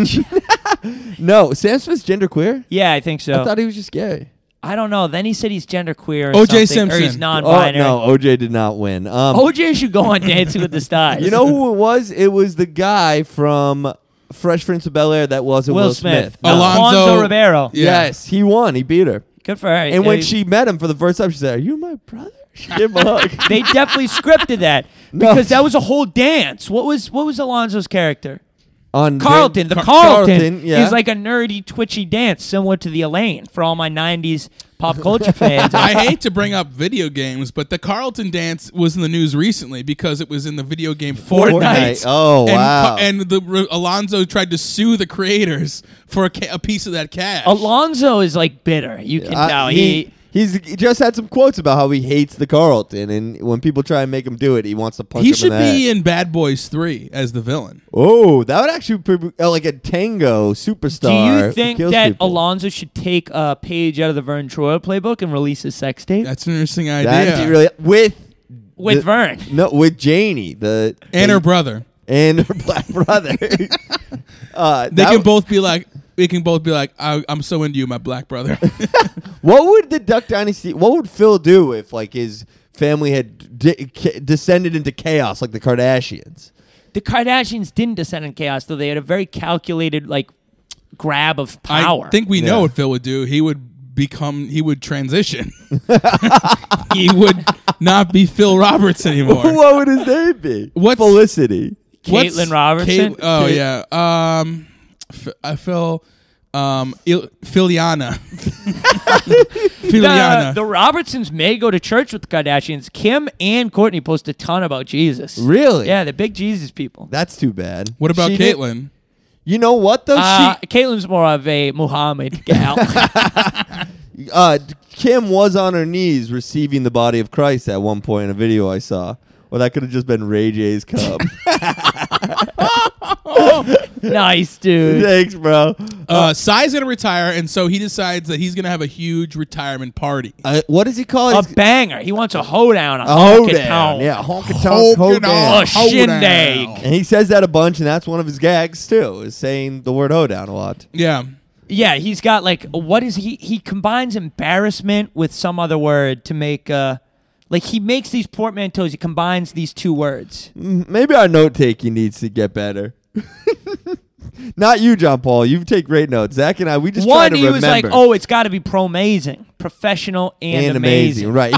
no. Sam Smith's genderqueer.
Yeah, I think so.
I thought he was just gay.
I don't know. Then he said he's genderqueer. Or
O.J.
something, or he's
Simpson.
Oh
non-binary. Oh,
no, OJ did not win. Um,
OJ should go on Dancing with the Stars.
you know who it was? It was the guy from Fresh Prince of Bel Air that wasn't
Will
Will,
Smith,
No. Alonzo-
Rivero.
Yeah.
Yes, he won. He beat her.
Good for her.
And when
They-
she met him for the first time, she said, "Are you my brother?" She gave him a hug.
they definitely scripted that
No.
because that was a whole dance. What was what was Alonzo's character?
On
Carlton, the
Car-
Carlton,
yeah.
is like a nerdy, twitchy dance similar to the Elaine for all my '90s pop culture fans.
I hate to bring up video games, but the Carlton dance was in the news recently because it was in the video game Fortnite.
Fortnite. Oh,
and,
wow.
And the re- Alonzo tried to sue the creators for a, ca- a piece of that cash.
Alonzo is like bitter. You can
I-
tell
Uh, he,
he.
he's he just had some quotes about how he hates the Carlton, and when people try and make him do it, he wants to punch.
he
him
should
in the head.
be in Bad Boys Three as the villain.
Oh, that would actually be uh, like a tango superstar.
Do you
who
think
kills
that
people.
Alonzo should take a page out of the Vern Troyer playbook and release his sex tape
That's an interesting
That's
idea.
really with
with
the-
Vern?
no with Janie the
and her
the-
brother.
and her black brother. uh,
They can
that w-
both be like. They can both be like, I, "I'm so into you, my black brother."
What would the Duck Dynasty? What would Phil do if like his family had de- ca- descended into chaos like the Kardashians?
The Kardashians didn't descend in chaos, though they had a very calculated like grab of power.
I think we know
Yeah.
what Phil would do. He would become. He would transition. he would not be Phil Roberts anymore.
what would his name be?
What's-
Felicity?
What's-
Caitlin Robertson?
Kate- oh yeah. Um, F- I Phil. Um, Il- Philiana.
the,
Philiana.
the Robertsons may go to church with the Kardashians. Kim and Courtney post a ton about Jesus.
Really?
Yeah, the big Jesus people.
That's too bad.
what about
She did-
Caitlin?
you know what though?
Uh,
she,
Caitlin's more of a Muhammad gal.
uh, Kim was on her knees receiving the body of Christ at one point in a video I saw. Well, that could have just been Ray J's cup.
nice, dude.
Thanks, bro.
Uh, Sai's gonna retire, and so he decides that he's gonna have a huge retirement party.
Uh, what does he call
A
it?
banger. He wants a hoedown. A
Oh,
honky
down.
tonk.
Yeah, honky
Honky
tonk. hoedown.
A
tonk. Hoedown.
shindig.
And he says that a bunch, and that's one of his gags too, is saying the word hoedown a lot.
Yeah.
Yeah, he's got like what is he? He combines embarrassment with some other word to make uh, like he makes these portmanteaus. He combines these two words.
M- Maybe our note taking needs to get better. Not you, John Paul. You take great notes. Zach and I, we just try
One,
to
he was
remember.
like, "Oh, it's got to be pro amazing, professional and,
and
amazing."
amazing. right?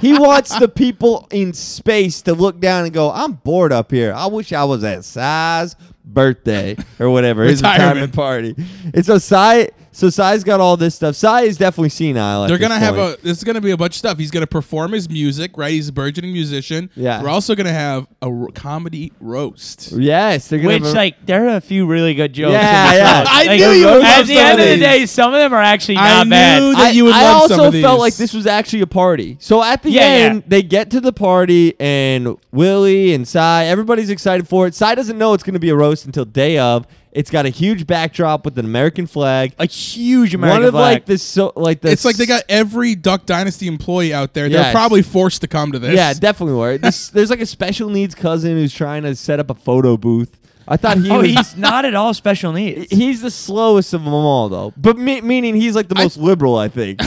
He he wants the people in space to look down and go, "I'm bored up here. I wish I was at Sai's birthday or whatever his
Retirement.
retirement party." And so Sai, so Sai's got all this stuff. Sai is definitely senile. at
They're
this
gonna have
point.
a. This is gonna be a bunch of stuff. He's gonna perform his music, right? He's a burgeoning musician.
Yeah.
We're also gonna have a ro- comedy roast.
yes. They're gonna
Which,
have a-
like, there are a few really good jokes.
Yeah,
in this
yeah.
one.
I
Like,
knew you would
At
love
the
some
end
of
of the
these.
day, some of them are actually
I
not bad.
knew that you would
I
love
also
some of
felt
these.
like this was actually a party. So at the
Yeah,
end,
yeah.
they get to the party, and Willie and Cy, everybody's excited for it. Cy doesn't know it's going to be a roast until day of. It's got a huge backdrop with an American flag.
a huge American
One of
flag.
like the so like the
It's like they
s-
got every Duck Dynasty employee out there. They're
Yes.
probably forced to come to this.
yeah definitely were. This, there's like a special needs cousin who's trying to set up a photo booth. I thought he
oh,
was.
he's not at all special needs.
He's the slowest of them all, though. But me- meaning he's like the
I-
most liberal, I think.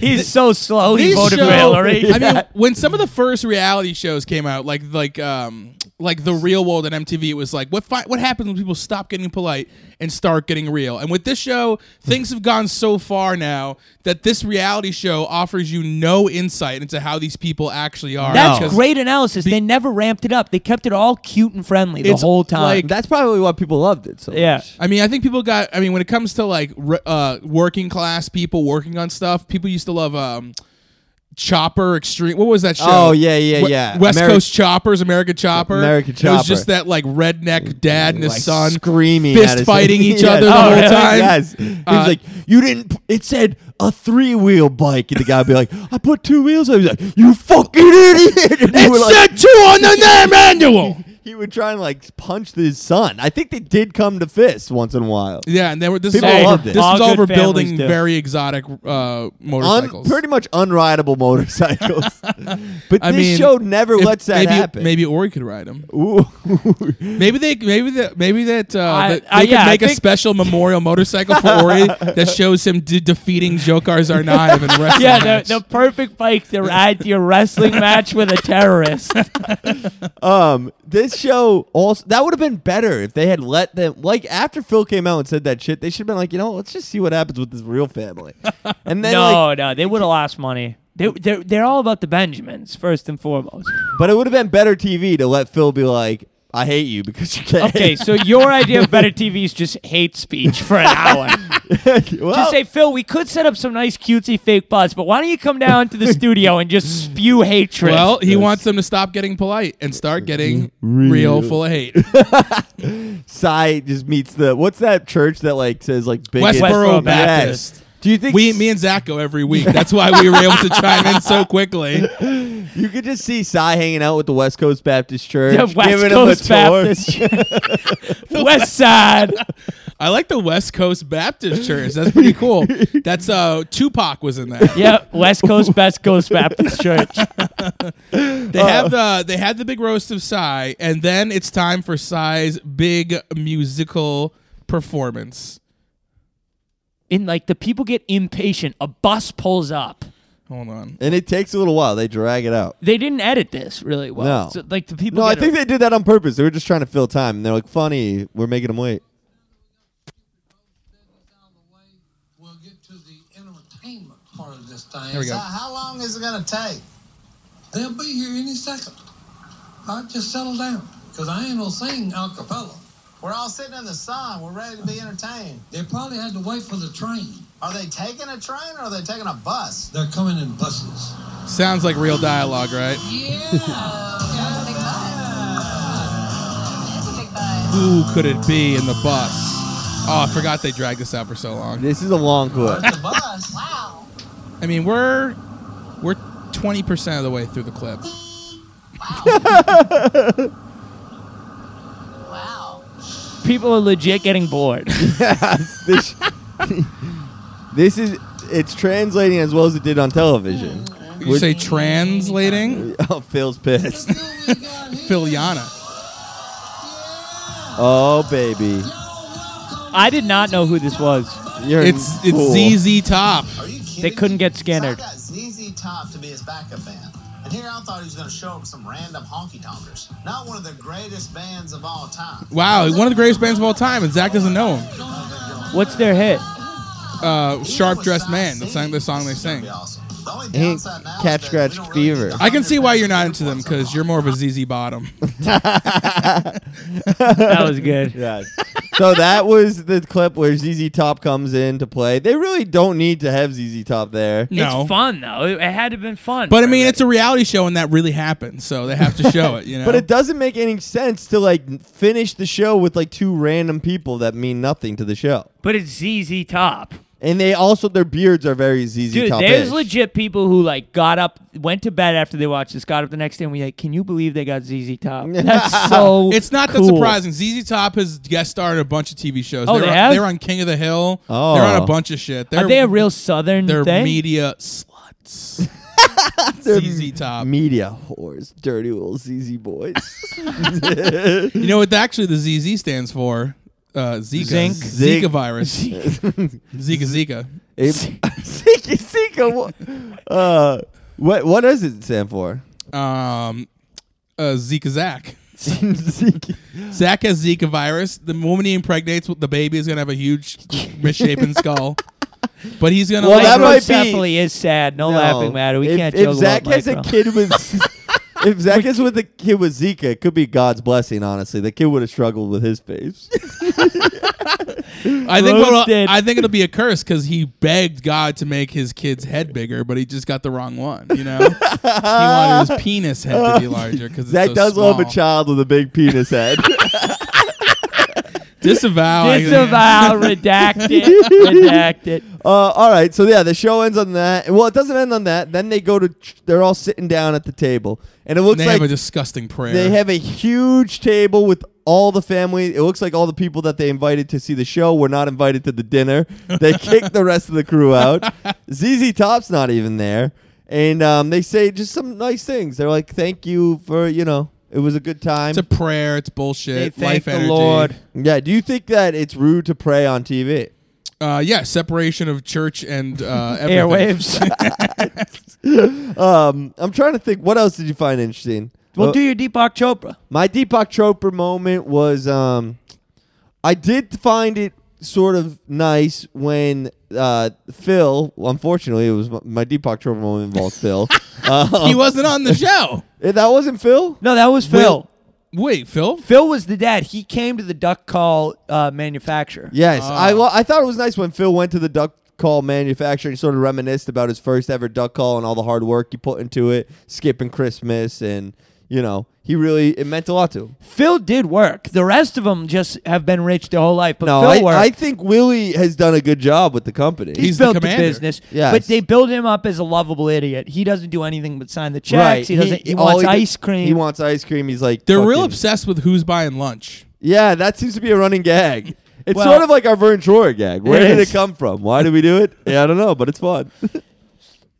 He's so slow. He
This
voted
show-
for Hillary.
I mean, when some of the first reality shows came out, like like um like the Real World and MTV, it was like what fi- what happens when people stop getting polite and start getting real. And with this show, things have gone so far now that this reality show offers you no insight into how these people actually are.
That's
Because
great analysis. they never ramped it up. They kept it all cute and friendly the
It's
whole time.
like-
That's probably why people loved it so
yeah.
much.
I mean, I think people got. I mean, when it comes to like re- uh, working class people working on stuff, people used to love um, Chopper Extreme. What was that show?
Oh, yeah, yeah, yeah.
West
Ameri-
Coast Choppers, American Chopper.
American
It was
Chopper.
just that like redneck dad and his
like
son.
screaming,
fist
at his-
fighting each other
the whole
time.
Yes, he
Uh,
was like, "You didn't." p- It said a three wheel bike, and the guy would be like, "I put two wheels." on it." He was like, "You fucking idiot!" And
It
you were like,
said two on the name manual.
he would try and like punch his son. I think they did come to fists once in a while.
Yeah, and they were this
People
is all,
loved it.
this is
All
all
good
over building
families do.
very exotic uh,
Un-
motorcycles.
pretty much unrideable motorcycles. but
I
this
mean,
show never
If-
lets that
maybe,
happen.
Maybe Ori could ride them.
Ooh.
Maybe they, maybe that, maybe that uh,
I-
that they
I-
could
yeah, I
make a
think-
special memorial motorcycle for Ori that shows him de- defeating Jokar Zarnaev in a wrestling
Yeah,
match.
the, the perfect bike to ride to your wrestling match with a terrorist.
Um, this show also that would have been better if they had let them like after Phil came out and said that shit. They should have been like, you know, let's just see what happens with this real family. And then,
no,
like,
no, they would have lost money. They, they're, they're all about the Benjamins, first and foremost.
but it would have been better TV to let Phil be like, I hate you because you can't.
Okay, so your idea of better TV is just hate speech for an hour.
well,
just say, Phil, we could set up some nice cutesy fake bots, but why don't you come down to the studio and just spew hatred?
well, he wants them to stop getting polite and start getting real, full of hate.
Psy just meets the what's that church that like says like bigot?
Westboro
Westboro
Baptist.
Yes. Do you think
We, me and Zach go every week. That's why we were able to chime in so quickly.
you could just see Psy hanging out with the West Coast Baptist Church,
the West
giving
Coast
him a tour?
Baptist, West Side.
I like the West Coast Baptist Church. That's pretty cool. That's uh, Tupac was in there.
Yeah, West Coast, West Coast Baptist Church.
They have the they had the big roast of Psy, and then it's time for Psy's big musical performance.
And like the people get impatient. A bus pulls up.
Hold on.
And it takes a little while. They drag it out.
They didn't edit this really well.
No.
So, like the people.
No, I
get
think
a-
they did that on purpose. They were just trying to fill time. And they're like, funny, we're making them wait.
We'll get to the entertainment part of this thing.
we go.
So how long is it going to take? They'll be here any second. All right, just settle down, because I ain't gonna sing a cappella.
We're all sitting in the sun. We're ready to be entertained.
They probably had to wait for the train.
Are they taking a train or are they taking a bus?
They're coming in buses.
Sounds like real dialogue, right?
Yeah, big buzz. It's a big buzz.
Who could it be in the bus? Oh, I forgot they dragged this out for so long.
This is a long clip.
The bus?
Wow.
I mean, we're we're twenty percent of the way through the clip.
Wow. wow.
people are legit getting bored.
this, this is it's translating as well as it did on television.
You say
Mm.
translating?
Oh, Phil's pissed.
Who we got here?
Philiana.
Oh, baby,
I did not know who this was.
you're
It's it's
cool.
ZZ Top.
Are you kidding?
They couldn't get
me? So I
scannered.
got ZZ Top to be his backup band. And here I thought he was going to show up some random honky tonkers. Not one of the greatest bands of all time.
Wow, one of the greatest bands of all time, and Zach doesn't know him.
What's their hit?
Uh,
Even
Sharp
with
Dressed
Cy
Man. That's
singing,
the song they
this is gonna
sing.
be awesome. The only
Hey,
downside now is
Cat
that we
Scratch
don't really need
Fever.
the
I can see why you're not
100
into them
performers
because you're more of a ZZ Bottom.
That was good.
Yeah. So that was the clip where ZZ Top comes in to play. They really don't need to have ZZ Top there.
No.
It's fun though. It, it had to have been fun.
But I mean, it's a reality show, and that really happened, so they have to show it. You know.
But it doesn't make any sense to like finish the show with like two random people that mean nothing to the show.
but it's ZZ Top.
And they also their beards are very ZZ
Dude,
Top.
there's legit people who like got up, went to bed after they watched this, got up the next day and we like, can you believe they got ZZ Top? That's so.
It's not
cool.
that surprising. ZZ Top has guest starred in a bunch of TV shows.
Oh,
they're,
they
on,
have?
they're on King of the Hill.
Oh.
They're on a bunch of shit. They're,
Are they a real Southern
They're
thing?
media sluts. ZZ Top.
media whores, dirty little ZZ boys.
You know what? Actually, the ZZ stands for uh, Zika.
Zinc.
Zika
Zig-
virus. Zika Zika.
It- Zika, Zika, wha- uh, what what does it stand for?
Um, uh, Zika Zach.
Zika.
Zach has Zika virus. The woman he impregnates with the baby is gonna have a huge misshapen skull. But he's gonna
Well,
like,
that might be-
Microcephaly is sad. No,
No.
laughing matter. We
if,
can't
If
joke
Zach
about
has a
micro.
kid with, if Zach is with a kid with Zika, it could be God's blessing. Honestly, the kid would have struggled with his face.
I think what'll-
Roasted.
I think it'll be a curse because he begged God to make his kid's head bigger, but he just got the wrong one. You know, he wanted his penis head to be larger because
Zach
so
does
small.
love a child with a big penis head.
Disavow.
Disavow, redact it, redact it.
Uh, all right, so yeah, the show ends on that. Well, it doesn't end on that. Then they go to. Ch- they're all sitting down at the table, and it looks
They
like
have a disgusting prayer.
They have a huge table with all the family. It looks like all the people that they invited to see the show were not invited to the dinner. They kicked the rest of the crew out. ZZ Top's not even there. And um, they say just some nice things. They're like, thank you for, you know, it was a good time.
it's a prayer. It's bullshit.
They thank
Life
the
energy.
Lord.
yeah, do you think that it's rude to pray on TV?
Uh, yeah, separation of church and uh, everything.
Airwaves.
Um, I'm trying to think, what else did you find interesting?
well,
Uh,
do your Deepak Chopra.
My Deepak Chopra moment was um, I did find it sort of nice when uh, Phil, unfortunately, it was my, my Deepak Chopra moment involved Phil. Uh,
he wasn't on the show.
Eh, that wasn't Phil?
No, that was Phil.
Will- Wait, Phil.
Phil was the dad. He came to the duck call uh, manufacturer.
Yes. I,
Ah.
lo- I thought it was nice when Phil went to the duck call manufacturer and sort of reminisced about his first ever duck call and all the hard work he put into it, skipping Christmas and. You know, he really it meant a lot to him.
Phil did work. The rest of them just have been rich their whole life. But
No,
Phil
I,
worked.
I think Willie has done a good job with the company.
He's,
He's the
built the,
commander.
business.
Yes.
But they build him up as a lovable idiot. He doesn't do anything but sign the checks. He doesn't. He,
all
wants
do-
ice cream.
He wants ice cream. He's like
They're real
fucking-
obsessed with who's buying lunch.
Yeah, that seems to be a running gag. It's
Well-
sort of like our Vern Troyer gag. Where
It
did
is.
it come from? Why did we do it? Yeah, I don't know, but it's fun.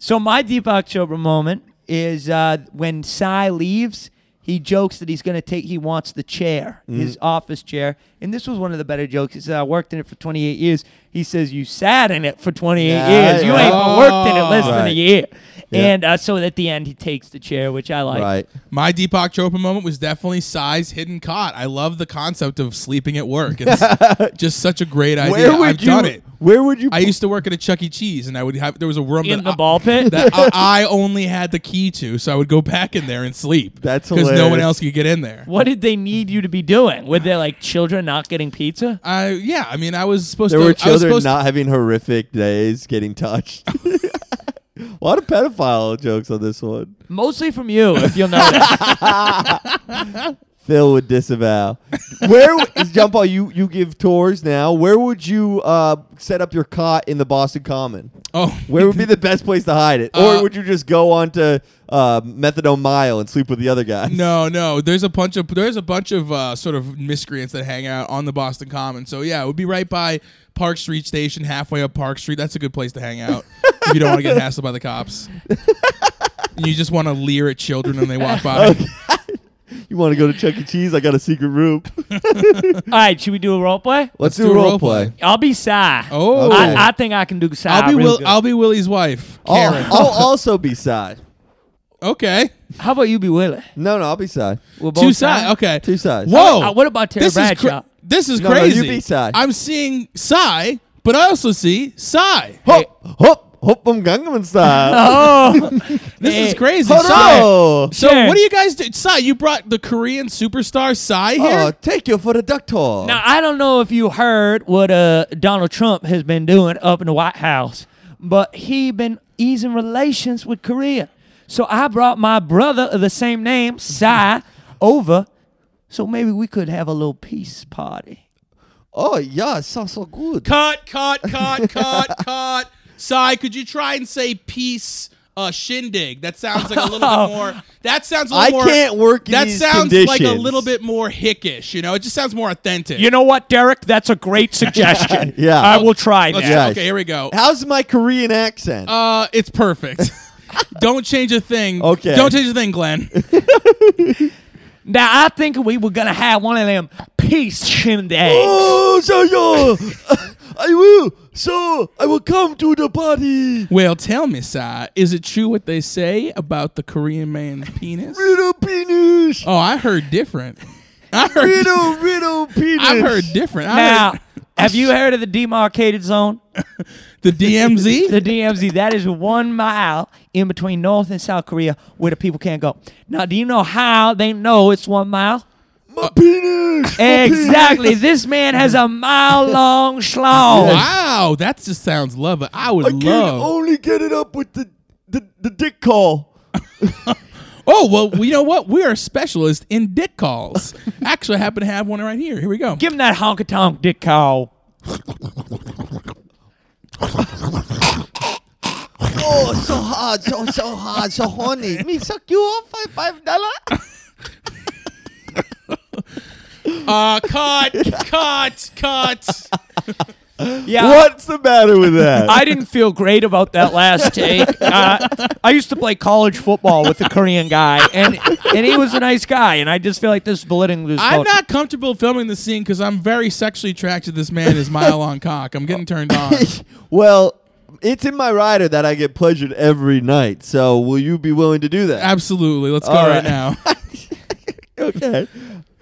so my Deepak Chopra moment is uh, when Cy leaves. He jokes that he's going to take. He wants the chair,
Mm-hmm.
his office chair. And this was one of the better jokes. He said, "I worked in it for 28 years." He says, "You sat in it for 28
Yeah,
years. You
yeah.
ain't been worked in it less than a
Right.
year."
Yeah.
And uh, so at the end, he takes the chair, which I like.
right.
My Deepak Chopra moment was definitely size hidden cot. I love the concept of sleeping at work. It's just such a great idea.
Where would
I've
you?
done it.
Where would you?
I used to work at a Chuck E. Cheese, and I would have there was a room
In
that
the
I-
ball pit.
that I, I only had the key to, so I would go back in there and sleep.
That's
because no one
hilarious.
else could get in there.
What did they need you to be doing? Were they like children not getting pizza?
I yeah, I mean, I was supposed
there
to.
were
I was
children
supposed
not having horrific days getting touched. a lot of pedophile jokes on this one.
Mostly from you, if you'll notice.
Phil would disavow. Where is John Paul? You you give tours now. Where would you uh, set up your cot in the Boston Common?
Oh,
Where would be the best place to hide it? Or
Uh,
would you just go on to uh, Methadone Mile and sleep with the other guys?
No, no. There's a bunch of there's a bunch of uh, sort of miscreants that hang out on the Boston Common. So yeah, it would be right by Park Street Station, halfway up Park Street. That's a good place to hang out if you don't want to get hassled by the cops. And you just want to leer at children when they walk by.
You want to go to Chuck E. Cheese? I got a secret room.
All right, should we do a role play?
Let's
do a role play.
I'll be Sai.
Oh,
Okay.
I, I think I can do Sai.
I'll be
real
Will,
good.
I'll be Willie's wife,
I'll,
Karen.
Oh, I'll also be Cy.
Okay,
How about you be Willie?
No, no, I'll be Cy.
We're both
two
Psy?
sides. Okay,
Two Psys.
Whoa,
Uh, what about Terry
this is cra-
Bradshaw?
this is
No, no, you
crazy.
be Psy.
I'm seeing Psy, but I also see Psy.
Hop, hop, hop, I'm Gangnam Style.
Oh,
This
Hey.
is crazy. Psy.
Hello.
So
Sure.
what do you guys do? Psy, you brought the Korean superstar Psy
Oh,
here?
take you for the duck tour.
now I don't know if you heard what uh, Donald Trump has been doing up in the White House, but he been easing relations with Korea. So I brought my brother of the same name, Sai, over, so maybe we could have a little peace party.
Oh, yeah, it sounds so good.
Cut, cut, cut, cut, cut. Psy, could you try and say peace uh, shindig? That sounds like a little bit more. That sounds a
I
little more.
can't work in
That
these
sounds like a
conditions.
little bit more hickish. You know, it just sounds more authentic.
You know what, Derek? That's a great suggestion.
Yeah.
I will try
Let's-
that.
Yeah.
Okay, here we go.
How's my Korean accent?
Uh, it's perfect. Don't change a thing.
Okay.
Don't change a thing, Glenn.
Now I think we were gonna have one of them peace shindigs.
oh, so yo, I will. So I will come to the party.
well, tell me, Psy, is it true what they say about the Korean man's penis?
Riddle penis.
Oh, I heard different. I heard.
Riddle, riddle penis.
I've heard different. I
Now,
heard
have you heard of the demarcated zone?
the DMZ.
The DMZ. That is one mile in between North and South Korea where the people can't go. Now, do you know how they know it's one mile?
my penis. my
Exactly. This man has a mile long schlong.
wow, that just sounds love. I would
penis. I can
love.
only get it up with the the, the dick call.
Oh, Oh well, you know what? We are a specialist in dick calls. Actually, I happen to have one right here. Here we go.
Give him that honky tonk dick cow.
Oh, so hard, so so hard, so horny. Me suck you off for five dollar.
Uh, cut, cut, cut.
Yeah.
What's the matter with that?
I didn't feel great about that last take. Uh, I used to play college football with a Korean guy, and and he was a nice guy, and I just feel like this is belittling this
I'm
culture.
not comfortable filming this scene because I'm very sexually attracted to this man. His mile long cock. I'm getting turned on.
well, it's in my rider that I get pleasured every night. So will you be willing to do that?
Absolutely. Let's go
All
right.
right.
now.
okay.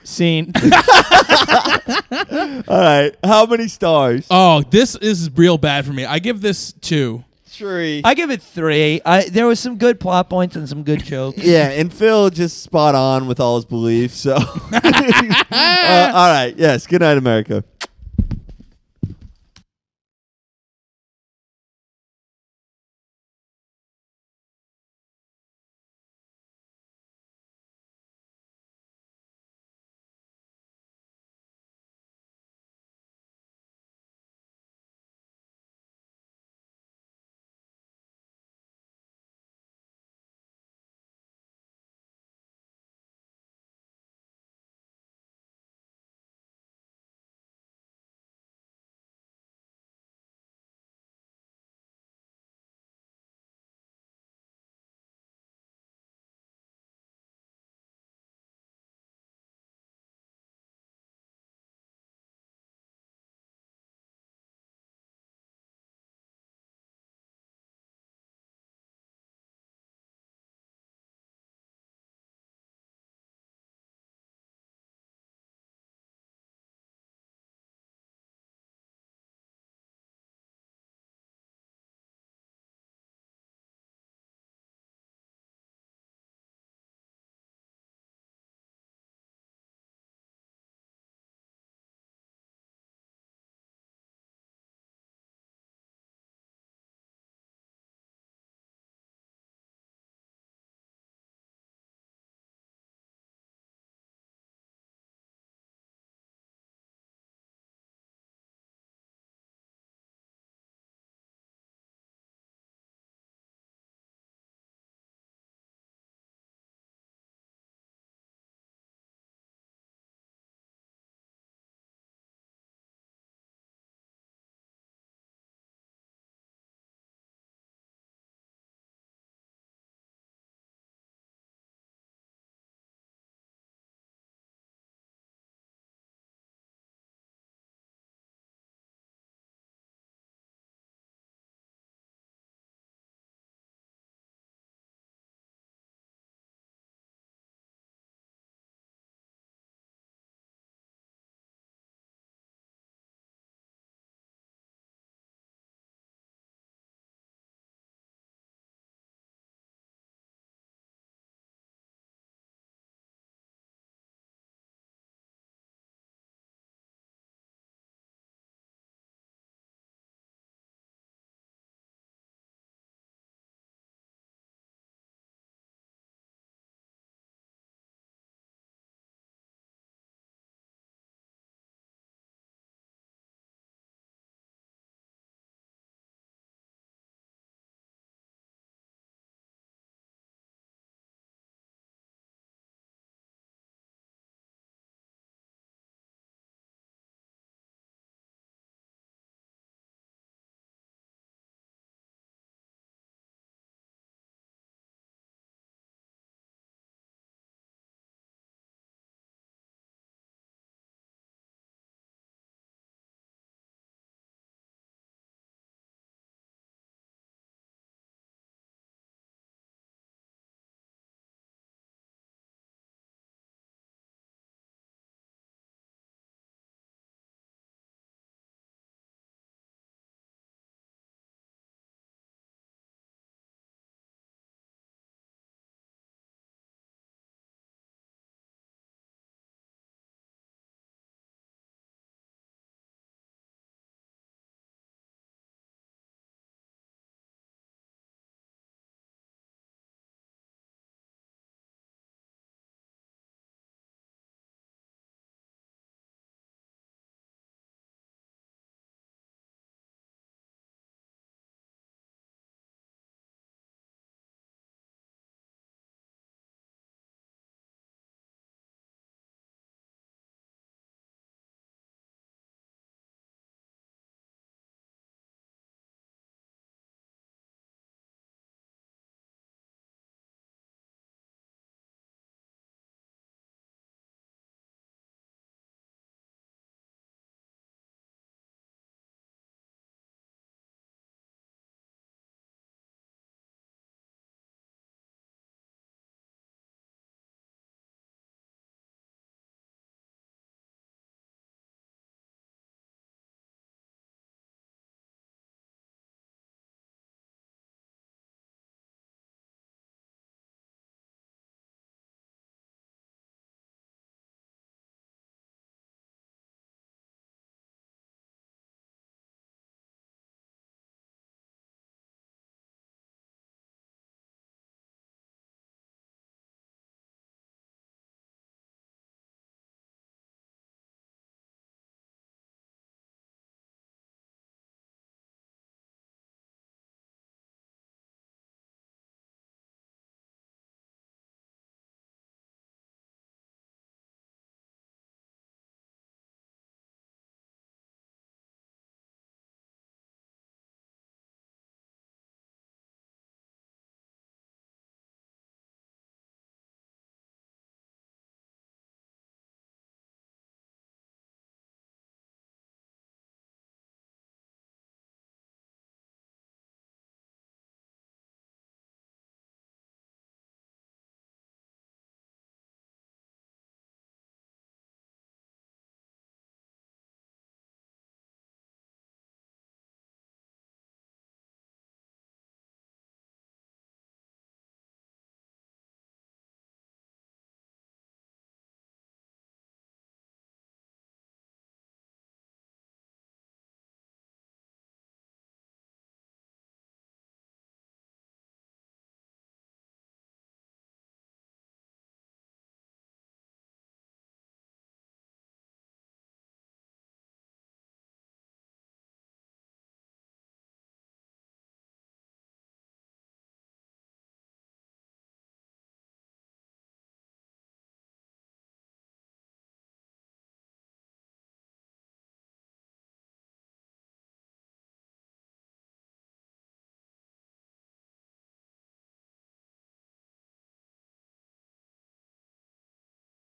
Scene.
All right. How many stars?
Oh, this is real bad for me. I give this two.
Three.
I give it three. I, there was some good plot points and some good jokes.
yeah, and Phil just spot on with all his beliefs. So, Uh, all right. Yes. Good night, America.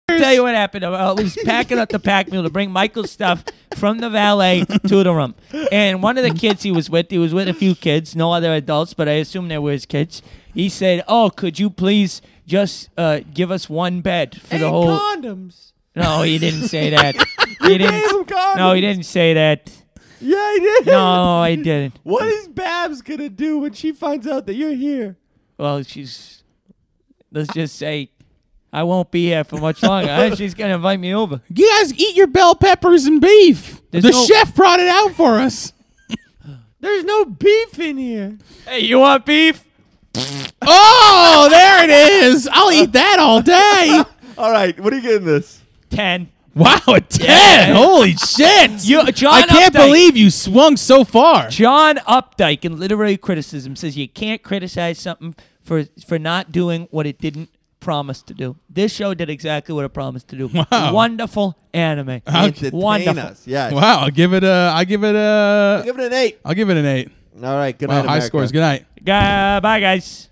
tell you what happened. Uh, I was packing up the pack mule to bring Michael's stuff from the valet to the room. And one of the kids he was with, he was with a few kids, no other adults, but I assume they were his kids. He said, "Oh, could you please just uh, give us one bed for the whole?"
condoms.
no, he didn't say that. he didn't.
gave him
No, he didn't say that.
Yeah, he did.
No, I didn't.
What is Babs gonna do when she finds out that you're here?
Well, she's. Let's just say, I won't be here for much longer. she's gonna invite me over.
You guys eat your bell peppers and beef.
There's
the
no-
chef brought it out for us.
There's no beef in here.
Hey, you want beef?
Oh, there it is. I'll eat that all day.
All right, what are you getting this?
Ten.
Wow, a 10.
Yeah.
Holy shit.
You, John
I can't
Updike-
believe you swung so far.
John Updike in literary criticism says you can't criticize something for for not doing what it didn't promise to do. This show did exactly what it promised to do.
Wow.
Wonderful anime.
Entertain
Wonderful.
us. Yes.
Wow, I'll give it a I give it a
Give it an eight.
I'll give it an 8.
All right. Good
Wow,
night,
high
America.
scores. Good night.
Gu- bye guys.